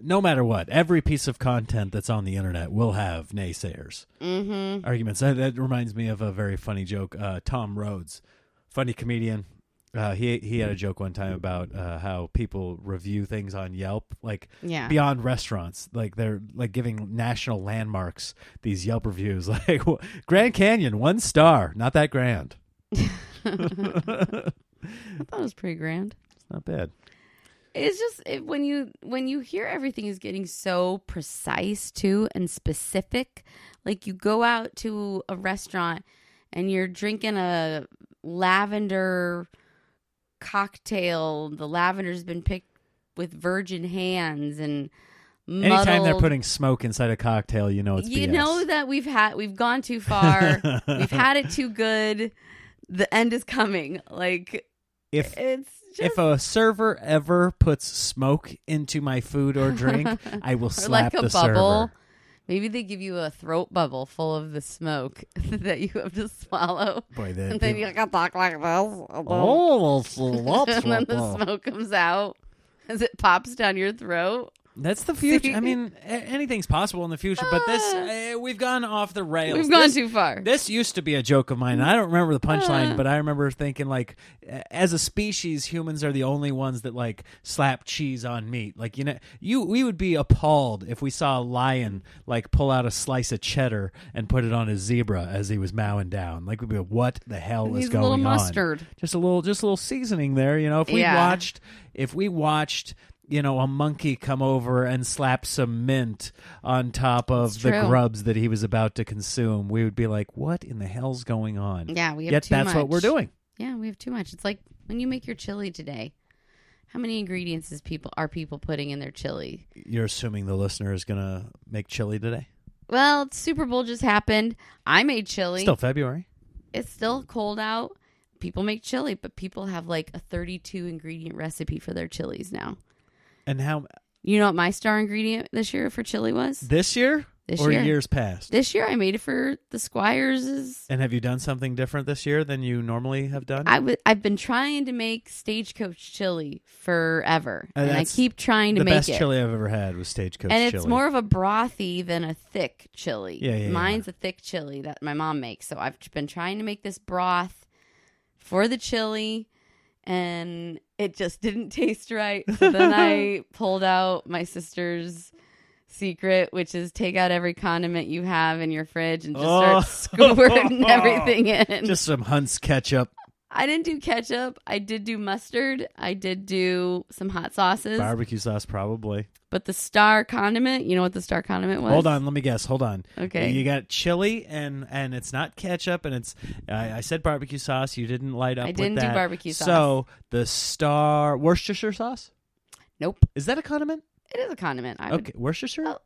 Speaker 2: no matter what, every piece of content that's on the internet will have naysayers, mm-hmm. arguments. That, that reminds me of a very funny joke. Uh, Tom Rhodes, funny comedian. Uh, he he
Speaker 3: Mm-hmm.
Speaker 2: had a joke one time about uh, how people review things on Yelp, like
Speaker 3: Yeah.
Speaker 2: beyond restaurants, like they're like giving national landmarks these Yelp reviews, like Grand Canyon one star, not that grand,
Speaker 3: I thought it was pretty grand.
Speaker 2: it's not bad.
Speaker 3: it's just it, when you when you hear everything is getting so precise too and specific like you go out to a restaurant and you're drinking a lavender cocktail the lavender's been picked with virgin hands and muddled.
Speaker 2: Anytime they're putting smoke inside a cocktail, you know it's
Speaker 3: you
Speaker 2: BS.
Speaker 3: know that we've had we've gone too far we've had it too good the end is coming like
Speaker 2: if
Speaker 3: it's just
Speaker 2: if a server ever puts smoke into my food or drink, I will
Speaker 3: or
Speaker 2: slap
Speaker 3: like a
Speaker 2: the
Speaker 3: bubble.
Speaker 2: server.
Speaker 3: Maybe they give you a throat bubble full of the smoke that you have to swallow.
Speaker 2: Boy, the,
Speaker 3: And then you can talk like this. and then-
Speaker 2: oh, that's, that's,
Speaker 3: and then the smoke comes out as it pops down your throat.
Speaker 2: that's the future.
Speaker 3: See?
Speaker 2: I mean, a- anything's possible in the future, but this uh, we've gone off the rails.
Speaker 3: Ah. We've gone
Speaker 2: This-
Speaker 3: too far.
Speaker 2: This used to be a joke of mine. I don't remember the
Speaker 3: Uh.
Speaker 2: punchline, but I remember thinking like, as a species, humans are the only ones that like slap cheese on meat. Like you know, you we would be appalled if we saw a lion like pull out a slice of cheddar and put it on his zebra as he was mowing down. Like we'd be, what the hell is
Speaker 3: Needs a
Speaker 2: going
Speaker 3: little
Speaker 2: on?
Speaker 3: mustard.
Speaker 2: Just a little, just a little seasoning there. You know, if we
Speaker 3: Yeah.
Speaker 2: watched, if we watched. You know, a monkey come over and slap some mint on top of
Speaker 3: It's
Speaker 2: the
Speaker 3: true.
Speaker 2: grub grubs that he was about to consume, we would be like, "What in the hell's going on?"
Speaker 3: Yeah, we have
Speaker 2: Yet
Speaker 3: too
Speaker 2: that's what
Speaker 3: much.
Speaker 2: we're doing.
Speaker 3: Yeah, we have too much. It's like when you make your chili today. How many ingredients is people are people putting in their chili?
Speaker 2: You're assuming the listener is gonna make chili today.
Speaker 3: Well, Super Bowl just happened. I made chili.
Speaker 2: Still February.
Speaker 3: it's still cold out. People make chili, but people have like a 32 ingredient recipe for their chilies now.
Speaker 2: And how
Speaker 3: You know what my star ingredient this year for chili was?
Speaker 2: this year
Speaker 3: This
Speaker 2: or
Speaker 3: year.
Speaker 2: years past?
Speaker 3: This year I made it for the Squires.
Speaker 2: and have you done something different this year than you normally have done?
Speaker 3: I w- I've been trying to make stagecoach chili forever,
Speaker 2: Uh,
Speaker 3: and I
Speaker 2: that's
Speaker 3: keep trying to
Speaker 2: the
Speaker 3: make
Speaker 2: best
Speaker 3: it.
Speaker 2: chili I've ever had was Stagecoach
Speaker 3: and it's
Speaker 2: chili.
Speaker 3: more of a brothy than a thick chili.
Speaker 2: Yeah, yeah, yeah.
Speaker 3: Mine's a thick chili that my mom makes. So I've been trying to make this broth for the chili and it just didn't taste right. So then I pulled out my sister's secret, which is take out every condiment you have in your fridge and just
Speaker 2: Oh.
Speaker 3: start squirting everything in.
Speaker 2: just some Hunt's ketchup,
Speaker 3: I didn't do ketchup. I did do mustard. I did do some hot sauces.
Speaker 2: barbecue sauce, probably.
Speaker 3: but the star condiment, you know what the star condiment was?
Speaker 2: Hold on, let me guess. Hold on.
Speaker 3: Okay.
Speaker 2: you got chili, and and it's not ketchup, and it's I, I said barbecue sauce. You didn't light up.
Speaker 3: I
Speaker 2: with
Speaker 3: didn't do
Speaker 2: that.
Speaker 3: barbecue sauce.
Speaker 2: So the star Worcestershire sauce
Speaker 3: Nope.
Speaker 2: is that a condiment?
Speaker 3: It is a condiment. I would,
Speaker 2: Okay, Worcestershire.
Speaker 3: Oh,
Speaker 2: It's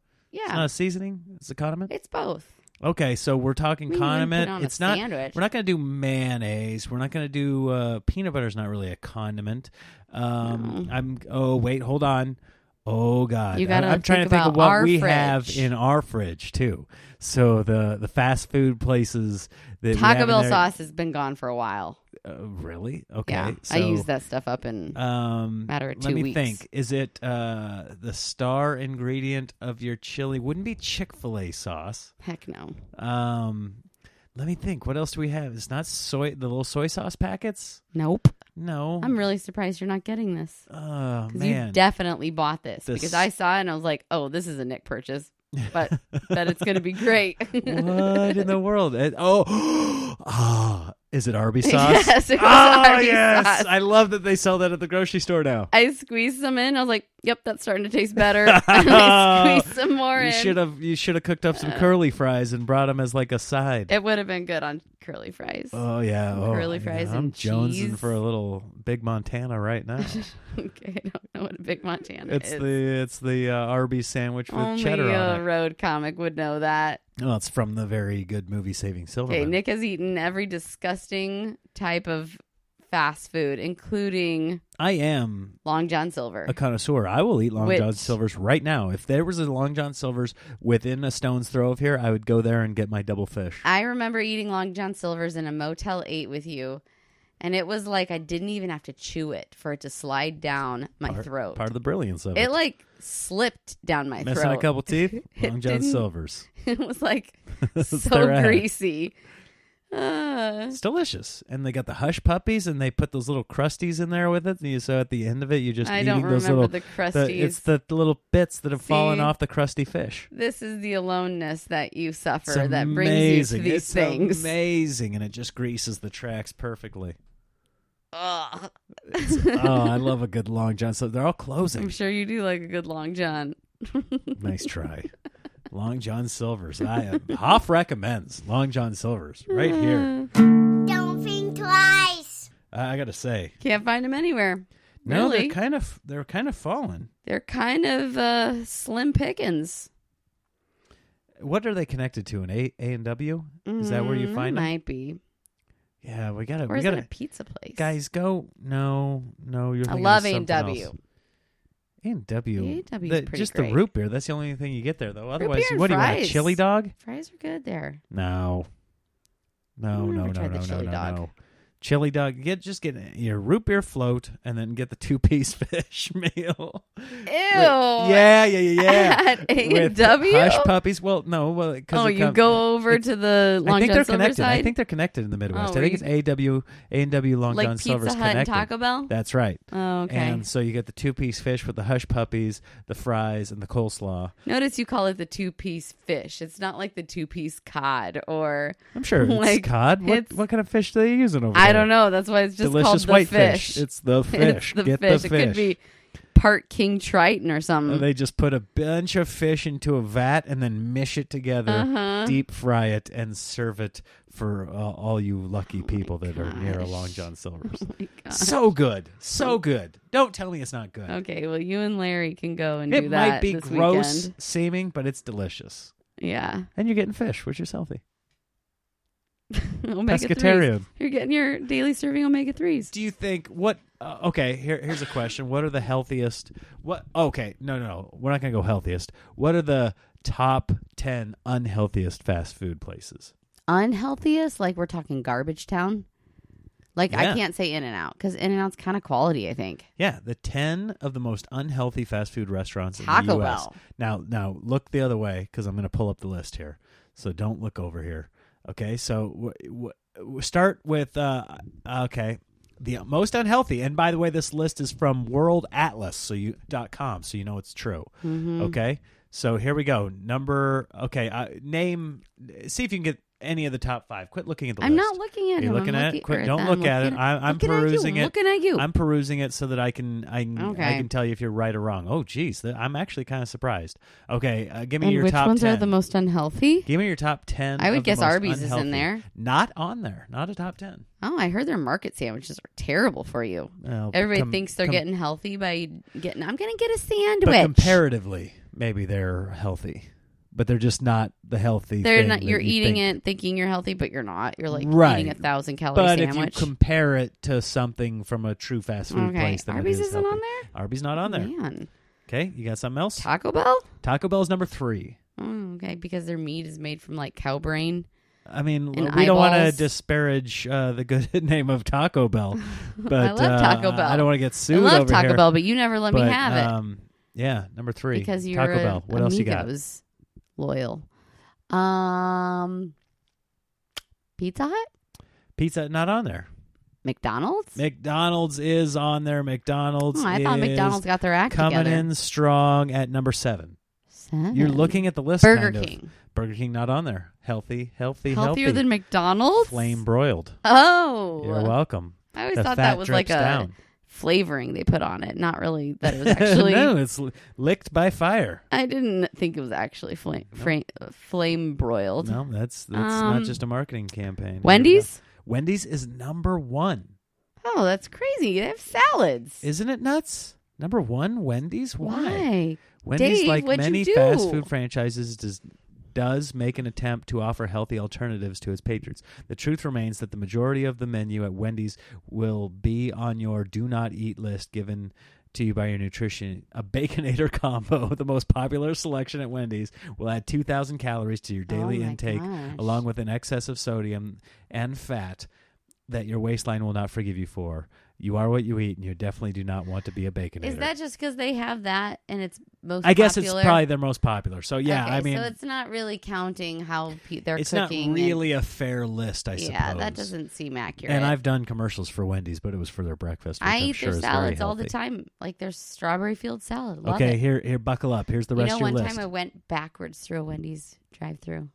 Speaker 3: yeah.
Speaker 2: not a seasoning. It's a condiment.
Speaker 3: It's both.
Speaker 2: Okay, so we're talking
Speaker 3: We can even put
Speaker 2: condiment.
Speaker 3: it on a
Speaker 2: it's not.
Speaker 3: sandwich.
Speaker 2: We're not going to do mayonnaise. We're not going to do uh, peanut butter. Is not really a condiment. Um, I'm. Oh wait, hold on. Oh God,
Speaker 3: You gotta
Speaker 2: I, am trying to
Speaker 3: think
Speaker 2: think of
Speaker 3: about
Speaker 2: what
Speaker 3: our
Speaker 2: we
Speaker 3: fridge.
Speaker 2: have in our fridge too. So the the fast food places that we have
Speaker 3: Taco
Speaker 2: in
Speaker 3: Bell
Speaker 2: there-
Speaker 3: sauce has been gone for a while.
Speaker 2: Uh, really? Okay.
Speaker 3: yeah.
Speaker 2: so,
Speaker 3: I use that stuff up in
Speaker 2: Um,
Speaker 3: Matter of
Speaker 2: let
Speaker 3: two
Speaker 2: me
Speaker 3: weeks.
Speaker 2: think. Is it uh, the star ingredient of your chili? Wouldn't be Chick Fil A sauce.
Speaker 3: heck no.
Speaker 2: Um, let me think. What else do we have? It's not soy. The little soy sauce packets.
Speaker 3: Nope.
Speaker 2: No.
Speaker 3: I'm really surprised you're not getting this.
Speaker 2: oh
Speaker 3: Because
Speaker 2: man.
Speaker 3: you definitely bought this,
Speaker 2: This-
Speaker 3: because I saw it and I was like, oh, this is a Nick purchase. But bet it's gonna be great.
Speaker 2: what in the world? It- oh, ah, is it Arby sauce?
Speaker 3: yes, it was
Speaker 2: oh
Speaker 3: Arby's
Speaker 2: yes!
Speaker 3: sauce.
Speaker 2: I love that they sell that at the grocery store now.
Speaker 3: I squeezed some in. I was like, "Yep, that's starting to taste better." and I squeezed some more
Speaker 2: You
Speaker 3: in.
Speaker 2: should have you should have cooked up some
Speaker 3: Uh,
Speaker 2: curly fries and brought them as like a side.
Speaker 3: It would have been good on curly fries.
Speaker 2: Oh yeah, oh,
Speaker 3: Curly
Speaker 2: yeah,
Speaker 3: fries
Speaker 2: I'm
Speaker 3: and
Speaker 2: jonesing
Speaker 3: cheese.
Speaker 2: for a little big Montana right now.
Speaker 3: okay, I don't know what a Big Montana
Speaker 2: It's
Speaker 3: is.
Speaker 2: the it's the uh, Arby sandwich with
Speaker 3: Only uh,
Speaker 2: cheddar
Speaker 3: a
Speaker 2: on it.
Speaker 3: road comic would know that.
Speaker 2: Oh, it's from the very good movie Saving Silverman.
Speaker 3: Okay, Nick has eaten every disgusting type of fast food, including
Speaker 2: I am
Speaker 3: Long John Silver.
Speaker 2: a connoisseur. I will eat Long
Speaker 3: Which-
Speaker 2: John Silver's right now. If there was a Long John Silver's within a stone's throw of here, I would go there and get my double fish.
Speaker 3: I remember eating Long John Silver's in a Motel 8 with you, and it was like I didn't even have to chew it for it to slide down my
Speaker 2: Part-
Speaker 3: throat.
Speaker 2: Part of the brilliance of it.
Speaker 3: it like slipped down my
Speaker 2: Missing
Speaker 3: throat.
Speaker 2: a couple teeth. Long John
Speaker 3: didn't-
Speaker 2: Silver's.
Speaker 3: it was like
Speaker 2: their
Speaker 3: so
Speaker 2: ad.
Speaker 3: greasy. Uh,
Speaker 2: It's delicious, and they got the hush puppies, and they put those little crusties in there with it. And you, so at the end of it, you're just
Speaker 3: I
Speaker 2: eating
Speaker 3: don't
Speaker 2: those
Speaker 3: remember
Speaker 2: little.
Speaker 3: the
Speaker 2: the-
Speaker 3: crusties.
Speaker 2: it's the, the little bits that have fallen
Speaker 3: See?
Speaker 2: off the crusty fish.
Speaker 3: this is the aloneness that you suffer
Speaker 2: It's
Speaker 3: that
Speaker 2: amazing.
Speaker 3: brings you to these
Speaker 2: it's
Speaker 3: things.
Speaker 2: amazing, and it just greases the tracks perfectly.
Speaker 3: Ugh.
Speaker 2: oh, I love a good long john. So they're all
Speaker 3: I'm
Speaker 2: closing.
Speaker 3: sure you do like a good long john.
Speaker 2: nice try, Long John Silver's. I am, Hoff recommends Long John Silver's right here.
Speaker 1: Don't think twice.
Speaker 2: I, I gotta say,
Speaker 3: Can't find them anywhere.
Speaker 2: no,
Speaker 3: really?
Speaker 2: they're kind of they're kind of fallen.
Speaker 3: They're kind of uh, slim pickings.
Speaker 2: What are they connected to? An A A and W? Is that where you
Speaker 3: Mm,
Speaker 2: find them?
Speaker 3: Might be.
Speaker 2: Yeah, we gotta
Speaker 3: Or
Speaker 2: we
Speaker 3: is it a
Speaker 2: gotta
Speaker 3: pizza place?
Speaker 2: guys go. No, no, you're.
Speaker 3: I
Speaker 2: thinking
Speaker 3: love
Speaker 2: of
Speaker 3: A and
Speaker 2: something
Speaker 3: W.
Speaker 2: else. A and W.
Speaker 3: A&W 's
Speaker 2: The-
Speaker 3: pretty
Speaker 2: Just the
Speaker 3: great.
Speaker 2: root beer. That's the only thing you get there, though. Otherwise,
Speaker 3: beer and
Speaker 2: what do you want? A
Speaker 3: fries.
Speaker 2: chili dog?
Speaker 3: Fries are good there.
Speaker 2: No. No,
Speaker 3: I've
Speaker 2: no,
Speaker 3: never
Speaker 2: no, no,
Speaker 3: tried the
Speaker 2: no,
Speaker 3: chili
Speaker 2: no,
Speaker 3: dog.
Speaker 2: no. Chili dog. Get just get your root beer float, and then get the two piece fish meal.
Speaker 3: Ew.
Speaker 2: Yeah, yeah, yeah, yeah.
Speaker 3: At A
Speaker 2: With
Speaker 3: and W.
Speaker 2: hush puppies. Well, no, well, 'cause
Speaker 3: Oh,
Speaker 2: it
Speaker 3: you
Speaker 2: come-
Speaker 3: go over to the
Speaker 2: I
Speaker 3: Long
Speaker 2: think
Speaker 3: John
Speaker 2: they're
Speaker 3: Silver
Speaker 2: connected.
Speaker 3: side,
Speaker 2: I think they're connected in the Midwest.
Speaker 3: Oh,
Speaker 2: I think
Speaker 3: are
Speaker 2: it's A W A and W Long
Speaker 3: like
Speaker 2: John
Speaker 3: Pizza
Speaker 2: Silver's
Speaker 3: Hut and
Speaker 2: connected.
Speaker 3: Taco Bell.
Speaker 2: That's right.
Speaker 3: Oh, okay.
Speaker 2: And so you get the two piece fish with the hush puppies, the fries, and the coleslaw.
Speaker 3: Notice you call it the two piece fish. It's not like the two piece cod or
Speaker 2: I'm sure
Speaker 3: Like,
Speaker 2: it's cod. What,
Speaker 3: it's-
Speaker 2: what kind of fish are they using over there?
Speaker 3: I don't know. That's why it's just
Speaker 2: Delicious
Speaker 3: called the
Speaker 2: white
Speaker 3: fish.
Speaker 2: It's the
Speaker 3: It's
Speaker 2: fish.
Speaker 3: the
Speaker 2: get
Speaker 3: fish.
Speaker 2: the
Speaker 3: It
Speaker 2: fish.
Speaker 3: could be part king triton or
Speaker 2: And
Speaker 3: something.
Speaker 2: they just put a bunch of fish into a vat and then mish it together,
Speaker 3: Uh-huh.
Speaker 2: deep fry it, and serve it for uh, all you lucky people that are near a Long
Speaker 3: Oh gosh. Oh
Speaker 2: John Silver's.
Speaker 3: My God.
Speaker 2: so good, so good. Don't tell me it's not good.
Speaker 3: okay, well, you and Larry can go and do
Speaker 2: It
Speaker 3: that
Speaker 2: might be
Speaker 3: this
Speaker 2: gross
Speaker 3: weekend.
Speaker 2: seeming, but it's delicious,
Speaker 3: Yeah,
Speaker 2: and you're getting fish, which is healthy.
Speaker 3: omega threes.
Speaker 2: Pescatarian.
Speaker 3: You're getting your daily serving omega threes.
Speaker 2: Do you think what? Uh, okay, here, here's a question. What are the healthiest? What? Okay, no, no, no. We're not gonna go healthiest. What are the top ten unhealthiest fast food places?
Speaker 3: Unhealthiest, like we're talking garbage town. Like
Speaker 2: Yeah.
Speaker 3: I can't say In and Out because In and Out's kind of quality. I think
Speaker 2: Yeah, the ten of the most unhealthy fast food restaurants in the
Speaker 3: Taco
Speaker 2: U.S.
Speaker 3: Bell.
Speaker 2: Now, now look the other way because I'm gonna pull up the list here. So don't look over here. Okay, so w- w- start with uh, okay. The most unhealthy, and by the way, this list is from World Atlas, so you dot com, so you know it's true.
Speaker 3: Mm-hmm.
Speaker 2: Okay. So here we go. Number. Okay. Uh, name. See if you can get any of the top five. Quit looking at the
Speaker 3: I'm
Speaker 2: list.
Speaker 3: not looking at
Speaker 2: Are you
Speaker 3: him.
Speaker 2: looking
Speaker 3: I'm
Speaker 2: at it?
Speaker 3: looking,
Speaker 2: Quick,
Speaker 3: or
Speaker 2: don't
Speaker 3: I'm
Speaker 2: look at it.
Speaker 3: looking
Speaker 2: I'm- I'm
Speaker 3: looking
Speaker 2: perusing
Speaker 3: at
Speaker 2: it.
Speaker 3: you. Looking at you.
Speaker 2: I'm perusing it so that I can I, can- I
Speaker 3: Okay.
Speaker 2: can tell you if you're right or wrong. Oh, geez, th- I'm actually kind of surprised. Okay, uh, give me
Speaker 3: and
Speaker 2: your
Speaker 3: which
Speaker 2: top
Speaker 3: ones
Speaker 2: 10.
Speaker 3: are the most unhealthy?
Speaker 2: Give me your top ten.
Speaker 3: I would
Speaker 2: of the
Speaker 3: guess
Speaker 2: most
Speaker 3: Arby's is in
Speaker 2: unhealthy.
Speaker 3: there.
Speaker 2: Not on there. Not a top ten.
Speaker 3: Oh, I heard their market sandwiches are terrible for you.
Speaker 2: Well,
Speaker 3: Everybody
Speaker 2: com-
Speaker 3: thinks they're
Speaker 2: com-
Speaker 3: getting healthy by getting. I'm gonna get a sandwich.
Speaker 2: But comparatively, maybe they're healthy, but they're just not the healthy.
Speaker 3: they're
Speaker 2: thing
Speaker 3: not.
Speaker 2: that
Speaker 3: You're
Speaker 2: you
Speaker 3: eating
Speaker 2: think.
Speaker 3: it thinking you're healthy, but you're not. You're like
Speaker 2: Right.
Speaker 3: eating a thousand calorie
Speaker 2: But
Speaker 3: sandwich.
Speaker 2: if you compare it to something from a true fast food
Speaker 3: okay,
Speaker 2: place, then
Speaker 3: Arby's
Speaker 2: it is
Speaker 3: isn't on
Speaker 2: healthy.
Speaker 3: there.
Speaker 2: Arby's not on there.
Speaker 3: Man,
Speaker 2: Okay, you got something else?
Speaker 3: Taco Bell.
Speaker 2: Taco Bell's number three.
Speaker 3: Oh, okay, because their meat is made from like cow brain.
Speaker 2: I mean, we
Speaker 3: And
Speaker 2: don't want to
Speaker 3: eyeballs.
Speaker 2: disparage uh, the good name of Taco Bell, but
Speaker 3: I love Taco
Speaker 2: uh, I- I
Speaker 3: Bell.
Speaker 2: don't want to get
Speaker 3: I
Speaker 2: sued
Speaker 3: love
Speaker 2: over
Speaker 3: Taco
Speaker 2: here,
Speaker 3: Bell, but you never let
Speaker 2: but,
Speaker 3: me have it.
Speaker 2: Um, yeah, number three
Speaker 3: because you're
Speaker 2: Taco
Speaker 3: a
Speaker 2: Bell. What else you got?
Speaker 3: Amigos Loyal. Um, Pizza Hut,
Speaker 2: Pizza not on there.
Speaker 3: McDonald's.
Speaker 2: McDonald's is on there. McDonald's.
Speaker 3: Oh, I thought
Speaker 2: is
Speaker 3: McDonald's got their act
Speaker 2: coming
Speaker 3: together.
Speaker 2: in strong at number 7
Speaker 3: you
Speaker 2: You're looking at the list.
Speaker 3: Burger
Speaker 2: kind of.
Speaker 3: King
Speaker 2: Burger King not on there. Healthy, healthy,
Speaker 3: healthier
Speaker 2: healthy.
Speaker 3: than McDonald's.
Speaker 2: flame broiled.
Speaker 3: Oh,
Speaker 2: You're welcome.
Speaker 3: I always
Speaker 2: the
Speaker 3: thought
Speaker 2: fat
Speaker 3: that was like
Speaker 2: drips
Speaker 3: a
Speaker 2: down.
Speaker 3: flavoring they put on it, not really that it was actually.
Speaker 2: no, it's l- licked by fire.
Speaker 3: I didn't think it was actually flame fra- uh, flame broiled.
Speaker 2: No, that's that's not
Speaker 3: Um,
Speaker 2: just a marketing campaign.
Speaker 3: Wendy's.
Speaker 2: Wendy's is number one.
Speaker 3: Oh, that's crazy. They have salads.
Speaker 2: Isn't it nuts? Number one, Wendy's. Why?
Speaker 3: Why?
Speaker 2: Wendy's,
Speaker 3: Dave,
Speaker 2: like
Speaker 3: what'd you
Speaker 2: many fast
Speaker 3: do?
Speaker 2: food franchises, does does make an attempt to offer healthy alternatives to its patrons. The truth remains that the majority of the menu at Wendy's will be on your do not eat list given to you by your nutrition. A baconator combo, the most popular selection at Wendy's, will add 2000 calories to your daily
Speaker 3: Oh my
Speaker 2: intake
Speaker 3: gosh.
Speaker 2: along with an excess of sodium and fat that your waistline will not forgive you for. You are what you eat and you definitely do not want to be a baconator.
Speaker 3: Is that just because they have that and it's most?
Speaker 2: I guess
Speaker 3: popular?
Speaker 2: it's probably their most popular. So yeah,
Speaker 3: Okay,
Speaker 2: I mean,
Speaker 3: so it's not really counting how pe- they're
Speaker 2: it's not
Speaker 3: cooking. and-
Speaker 2: really a fair list, I suppose.
Speaker 3: yeah, that doesn't seem accurate.
Speaker 2: And I've done commercials for Wendy's, but it was for their breakfast. Which
Speaker 3: I
Speaker 2: I'm
Speaker 3: eat
Speaker 2: sure
Speaker 3: their
Speaker 2: is very
Speaker 3: salads all the
Speaker 2: healthy.
Speaker 3: time. Like their strawberry field salad. Love
Speaker 2: okay,
Speaker 3: it.
Speaker 2: here, here, buckle up. Here's the
Speaker 3: you
Speaker 2: rest
Speaker 3: know,
Speaker 2: of your
Speaker 3: one
Speaker 2: list.
Speaker 3: time I went backwards through a Wendy's drive-through.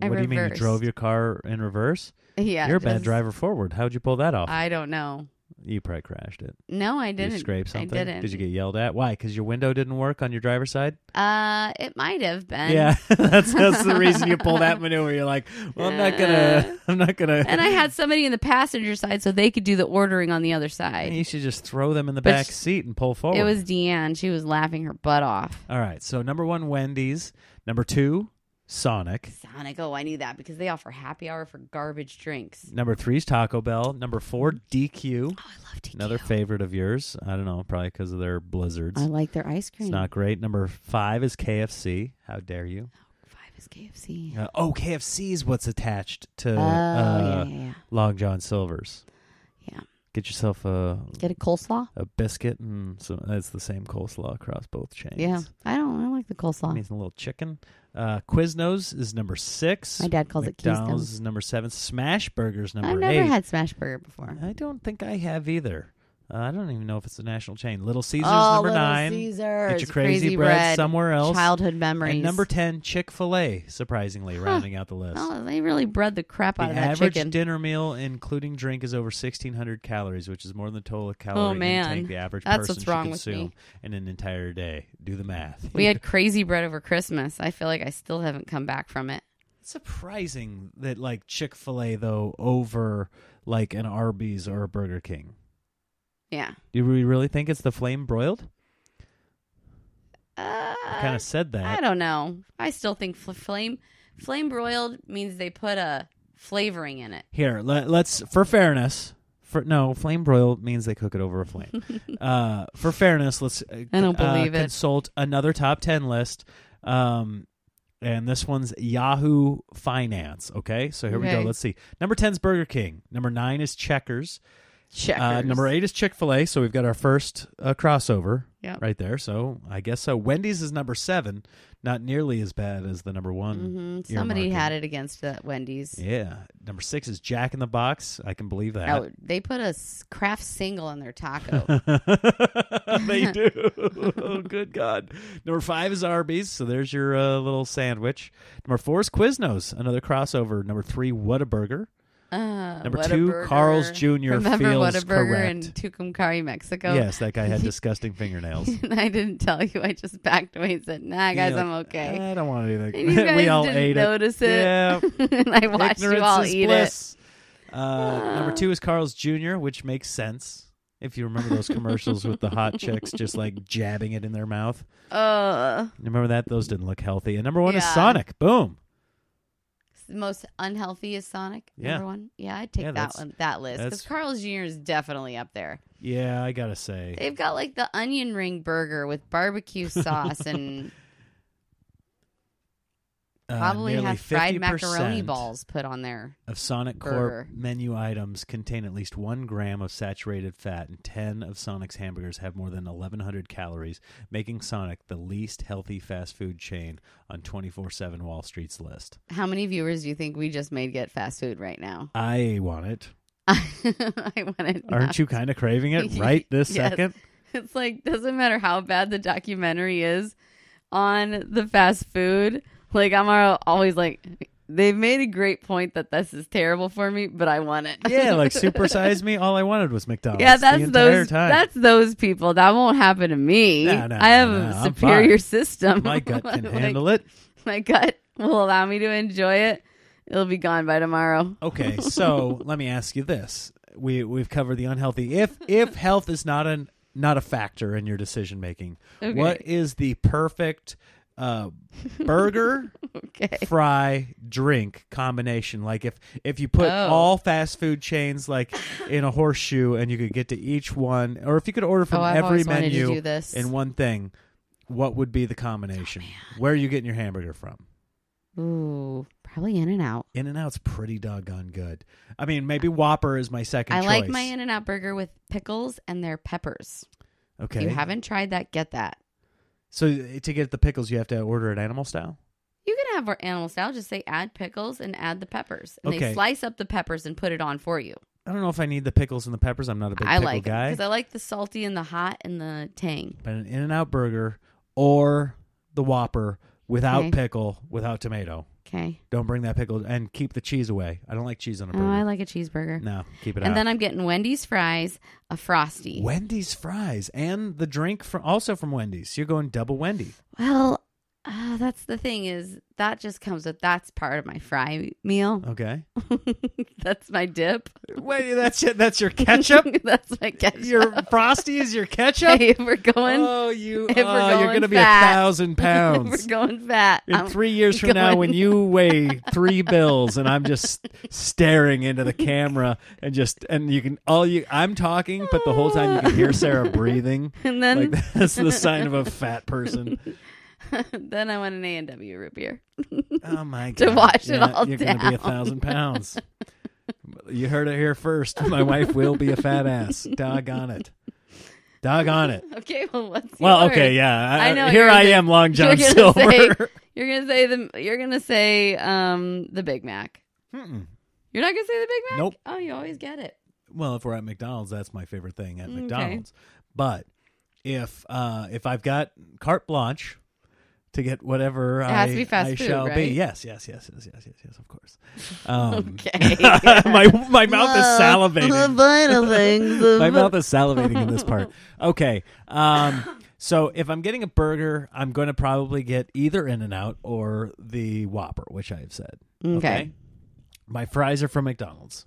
Speaker 3: I
Speaker 2: what do you mean you
Speaker 3: reversed.
Speaker 2: drove your car in reverse?
Speaker 3: Yeah,
Speaker 2: You're a bad
Speaker 3: just-
Speaker 2: driver forward. How'd you pull that off?
Speaker 3: I don't know.
Speaker 2: you probably crashed it.
Speaker 3: No, I
Speaker 2: Did
Speaker 3: didn't.
Speaker 2: you scrape something?
Speaker 3: I didn't.
Speaker 2: Did you get yelled at? Why? Because your window didn't work on your driver's side.
Speaker 3: Uh, it might have been.
Speaker 2: yeah, that's that's the reason you pull that maneuver. You're like, well, I'm not gonna, I'm not gonna.
Speaker 3: And I had somebody in the passenger side, so they could do the ordering on the other side.
Speaker 2: You should just throw them in the
Speaker 3: But
Speaker 2: back
Speaker 3: sh-
Speaker 2: seat and pull forward.
Speaker 3: It was Deanne. She was laughing her butt off.
Speaker 2: All right. So number one, Wendy's. Number two, Sonic.
Speaker 3: Sonic. Oh, I knew that because they offer happy hour for garbage drinks.
Speaker 2: Number three is Taco Bell. Number four, DQ.
Speaker 3: Oh, I love DQ.
Speaker 2: Another favorite of yours. I don't know, probably because of their blizzards.
Speaker 3: I like their ice cream.
Speaker 2: It's not great. Number five is KFC. How dare you?
Speaker 3: Five is KFC.
Speaker 2: Uh, oh, KFC is what's attached to
Speaker 3: Oh,
Speaker 2: uh,
Speaker 3: yeah, yeah, yeah.
Speaker 2: Long John Silver's.
Speaker 3: Yeah.
Speaker 2: Get yourself a
Speaker 3: Get a coleslaw.
Speaker 2: a biscuit and some. That's the same coleslaw across both chains.
Speaker 3: Yeah, I don't. I don't like the coleslaw.
Speaker 2: Needs a little chicken. Uh, Quiznos is number six.
Speaker 3: My dad calls it
Speaker 2: McDonald's
Speaker 3: Keystone.
Speaker 2: is number seven. Smash Burgers number
Speaker 3: I've
Speaker 2: eight. Uh,
Speaker 3: never had smash burger before.
Speaker 2: I don't think I have either. Uh, I don't even know if it's a national chain. Little Caesars
Speaker 3: oh,
Speaker 2: number
Speaker 3: Little
Speaker 2: nine.
Speaker 3: Caesars,
Speaker 2: Get your crazy, bread, somewhere else.
Speaker 3: Childhood memories.
Speaker 2: and number ten, Chick Fil A. Surprisingly, rounding out the list.
Speaker 3: Oh, they really bred the crap
Speaker 2: the
Speaker 3: out of that
Speaker 2: average
Speaker 3: chicken.
Speaker 2: dinner meal, including drink, is over sixteen hundred calories, which is more than the total calorie
Speaker 3: Oh, man.
Speaker 2: intake the average
Speaker 3: That's
Speaker 2: person
Speaker 3: what's
Speaker 2: should
Speaker 3: wrong with
Speaker 2: consume
Speaker 3: me.
Speaker 2: in an entire day. Do the math.
Speaker 3: we had crazy bread over Christmas. I feel like I still haven't come back from it.
Speaker 2: It's surprising that like Chick Fil A though over like an Arby's or a Burger King.
Speaker 3: Yeah.
Speaker 2: Do we really think it's the flame broiled?
Speaker 3: Uh,
Speaker 2: I kind of said
Speaker 3: I
Speaker 2: that.
Speaker 3: don't know. I still think fl- flame flame broiled means they put a flavoring in it.
Speaker 2: Here, let, let's for fairness. For no, flame broiled means they cook it over a flame. uh, for fairness, let's. uh,
Speaker 3: I don't
Speaker 2: uh,
Speaker 3: believe it.
Speaker 2: Consult another top ten list. Um, and this one's Yahoo Finance. Okay, so here we go.
Speaker 3: Okay.
Speaker 2: Let's see. Number ten's Burger King. Number nine is Checkers.
Speaker 3: Checkers.
Speaker 2: Uh, number eight is Chick Fil A, so we've got our first uh, crossover
Speaker 3: Yep.
Speaker 2: right there. So I guess so. Wendy's is number seven, not nearly as bad as the number one.
Speaker 3: hmm Somebody
Speaker 2: earmarking.
Speaker 3: had it against the Wendy's.
Speaker 2: Yeah, number six is Jack in the Box. I can believe that.
Speaker 3: Oh, they put a s- craft single in their taco.
Speaker 2: they do. oh, good God. Number five is Arby's. So there's your uh, little sandwich. Number four is Quiznos, another crossover. Number three, Whataburger.
Speaker 3: Uh,
Speaker 2: Number two,
Speaker 3: Whataburger.
Speaker 2: Carl's Jr.
Speaker 3: Remember
Speaker 2: feels
Speaker 3: Whataburger
Speaker 2: correct.
Speaker 3: in Tucumcari, Mexico?
Speaker 2: Yes, that guy had disgusting fingernails.
Speaker 3: and I didn't tell you. I just backed away and said, "Nah, guys,
Speaker 2: Yeah,
Speaker 3: I'm
Speaker 2: like,
Speaker 3: okay."
Speaker 2: I don't want to do that.
Speaker 3: And you guys
Speaker 2: we all
Speaker 3: didn't
Speaker 2: ate
Speaker 3: notice
Speaker 2: it.
Speaker 3: it.
Speaker 2: Yeah.
Speaker 3: and I watched you all
Speaker 2: is
Speaker 3: eat it.
Speaker 2: bliss. Uh, number two is Carl's Jr., which makes sense if you remember those commercials with the hot chicks just like jabbing it in their mouth.
Speaker 3: Uh,
Speaker 2: Remember that? Those didn't look healthy. And number one is
Speaker 3: Yeah.
Speaker 2: Sonic. Boom.
Speaker 3: most unhealthy is Sonic.
Speaker 2: Yeah.
Speaker 3: Number one. Yeah, I'd take
Speaker 2: Yeah,
Speaker 3: that
Speaker 2: that's-
Speaker 3: one, that list, because
Speaker 2: that's-
Speaker 3: Carl's Jr. is definitely up there.
Speaker 2: Yeah, I gotta say.
Speaker 3: They've got like the onion ring burger with barbecue sauce and
Speaker 2: Uh,
Speaker 3: probably
Speaker 2: nearly
Speaker 3: have fried
Speaker 2: 50%
Speaker 3: macaroni balls put on there.
Speaker 2: Of Sonic Corp
Speaker 3: Burger.
Speaker 2: menu items contain at least one gram of saturated fat, and 10 of Sonic's hamburgers have more than 1,100 calories, making Sonic the least healthy fast food chain on 24 7 Wall Street's list.
Speaker 3: How many viewers do you think we just made get fast food right now?
Speaker 2: I want it.
Speaker 3: I want it. now.
Speaker 2: Aren't you kind of craving it right this
Speaker 3: Yes.
Speaker 2: second?
Speaker 3: It's like doesn't matter how bad the documentary is on the fast food. Like I'm al- always like they've made a great point that this is terrible for me, but I want it.
Speaker 2: Yeah, like supersize me. All I wanted was McDonald's.
Speaker 3: yeah,
Speaker 2: the
Speaker 3: that's
Speaker 2: entire
Speaker 3: those
Speaker 2: Time.
Speaker 3: that's those people. That won't happen to me.
Speaker 2: No, no,
Speaker 3: I have
Speaker 2: no, no,
Speaker 3: a
Speaker 2: I'm
Speaker 3: superior
Speaker 2: fine.
Speaker 3: system.
Speaker 2: My gut can
Speaker 3: Like,
Speaker 2: handle it.
Speaker 3: My gut will allow me to enjoy it. It'll be gone by tomorrow.
Speaker 2: Okay, so let me ask you this: we we've covered the unhealthy. If if health is not an not a factor in your decision making.
Speaker 3: Okay.
Speaker 2: What is the perfect uh, burger,
Speaker 3: Okay.
Speaker 2: fry, drink combination? Like if if you put
Speaker 3: Oh.
Speaker 2: all fast food chains like in a horseshoe and you could get to each one, or if you could order from
Speaker 3: oh, I've
Speaker 2: every
Speaker 3: always wanted to do
Speaker 2: menu
Speaker 3: this.
Speaker 2: in one thing, what would be the combination?
Speaker 3: Oh,
Speaker 2: Where are you getting your hamburger from?
Speaker 3: Ooh, probably In and Out.
Speaker 2: In and Out's pretty doggone good. I mean, maybe Whopper is my second
Speaker 3: I
Speaker 2: choice.
Speaker 3: like my In and Out burger with pickles and their peppers.
Speaker 2: Okay.
Speaker 3: If you haven't tried that, get that.
Speaker 2: so eh, to get the pickles, you have to order it animal style.
Speaker 3: You can have our animal style. Just say add pickles and add the peppers, and
Speaker 2: Okay.
Speaker 3: they slice up the peppers and put it on for you.
Speaker 2: I don't know if I need the pickles and the peppers. I'm not a big
Speaker 3: I
Speaker 2: pickle
Speaker 3: like
Speaker 2: guy.
Speaker 3: because I like the salty and the hot and the tang.
Speaker 2: but an In and Out burger or the Whopper without
Speaker 3: Okay.
Speaker 2: pickle, without tomato.
Speaker 3: Okay.
Speaker 2: Don't bring that pickle and keep the cheese away. I don't like cheese on a burger. uh,
Speaker 3: Oh, I like a cheeseburger.
Speaker 2: no, keep it
Speaker 3: and
Speaker 2: out.
Speaker 3: then I'm getting Wendy's fries, a frosty.
Speaker 2: Wendy's fries and the drink from also from Wendy's. You're going double Wendy.
Speaker 3: Well, uh, that's the thing is that just comes with that's part of my fry meal.
Speaker 2: Okay.
Speaker 3: that's my dip.
Speaker 2: Wait, that's it. That's your ketchup.
Speaker 3: that's my ketchup.
Speaker 2: your frosty is your ketchup.
Speaker 3: Hey, if we're going,
Speaker 2: Oh, you!
Speaker 3: If we're
Speaker 2: oh, you're
Speaker 3: going
Speaker 2: gonna be a
Speaker 3: fat.
Speaker 2: thousand
Speaker 3: if we're
Speaker 2: pounds.
Speaker 3: going fat. Um,
Speaker 2: In
Speaker 3: I'm-
Speaker 2: three years from now, when
Speaker 3: going-
Speaker 2: you weigh three bills, and I'm just staring into the camera, and just and you can all you I'm talking, but the whole time you can hear Sarah breathing.
Speaker 3: and then
Speaker 2: Like that's the sign of a fat person.
Speaker 3: then I want an A and W root beer.
Speaker 2: Oh my god!
Speaker 3: To wash it
Speaker 2: Yeah,
Speaker 3: all
Speaker 2: you're gonna be a
Speaker 3: down.
Speaker 2: thousand pounds. You heard it here first. My wife will be a fat ass. Doggone it! Doggone it!
Speaker 3: Okay, well, what's
Speaker 2: Well,
Speaker 3: yours?
Speaker 2: okay, yeah. I,
Speaker 3: I know what
Speaker 2: here
Speaker 3: you're
Speaker 2: I
Speaker 3: gonna-
Speaker 2: am, Long John
Speaker 3: you're gonna
Speaker 2: Silver.
Speaker 3: say- You're gonna say the you're gonna say um the Big Mac.
Speaker 2: Mm-mm.
Speaker 3: You're not gonna say the Big Mac.
Speaker 2: Nope.
Speaker 3: Oh, you always get it.
Speaker 2: well if we're at mcdonald's that's my favorite thing at
Speaker 3: Mm, Okay.
Speaker 2: mcdonald's but if uh if i've got carte blanche to get whatever
Speaker 3: It
Speaker 2: I,
Speaker 3: has to be fast
Speaker 2: I
Speaker 3: food,
Speaker 2: shall be
Speaker 3: right?
Speaker 2: yes yes yes yes yes yes yes of course um
Speaker 3: Okay.
Speaker 2: my my mouth is salivating
Speaker 3: Vital things.
Speaker 2: my mouth is salivating in this part okay um so if i'm getting a burger i'm going to probably get either in and out or the whopper which i've said
Speaker 3: Okay.
Speaker 2: my fries are from mcdonald's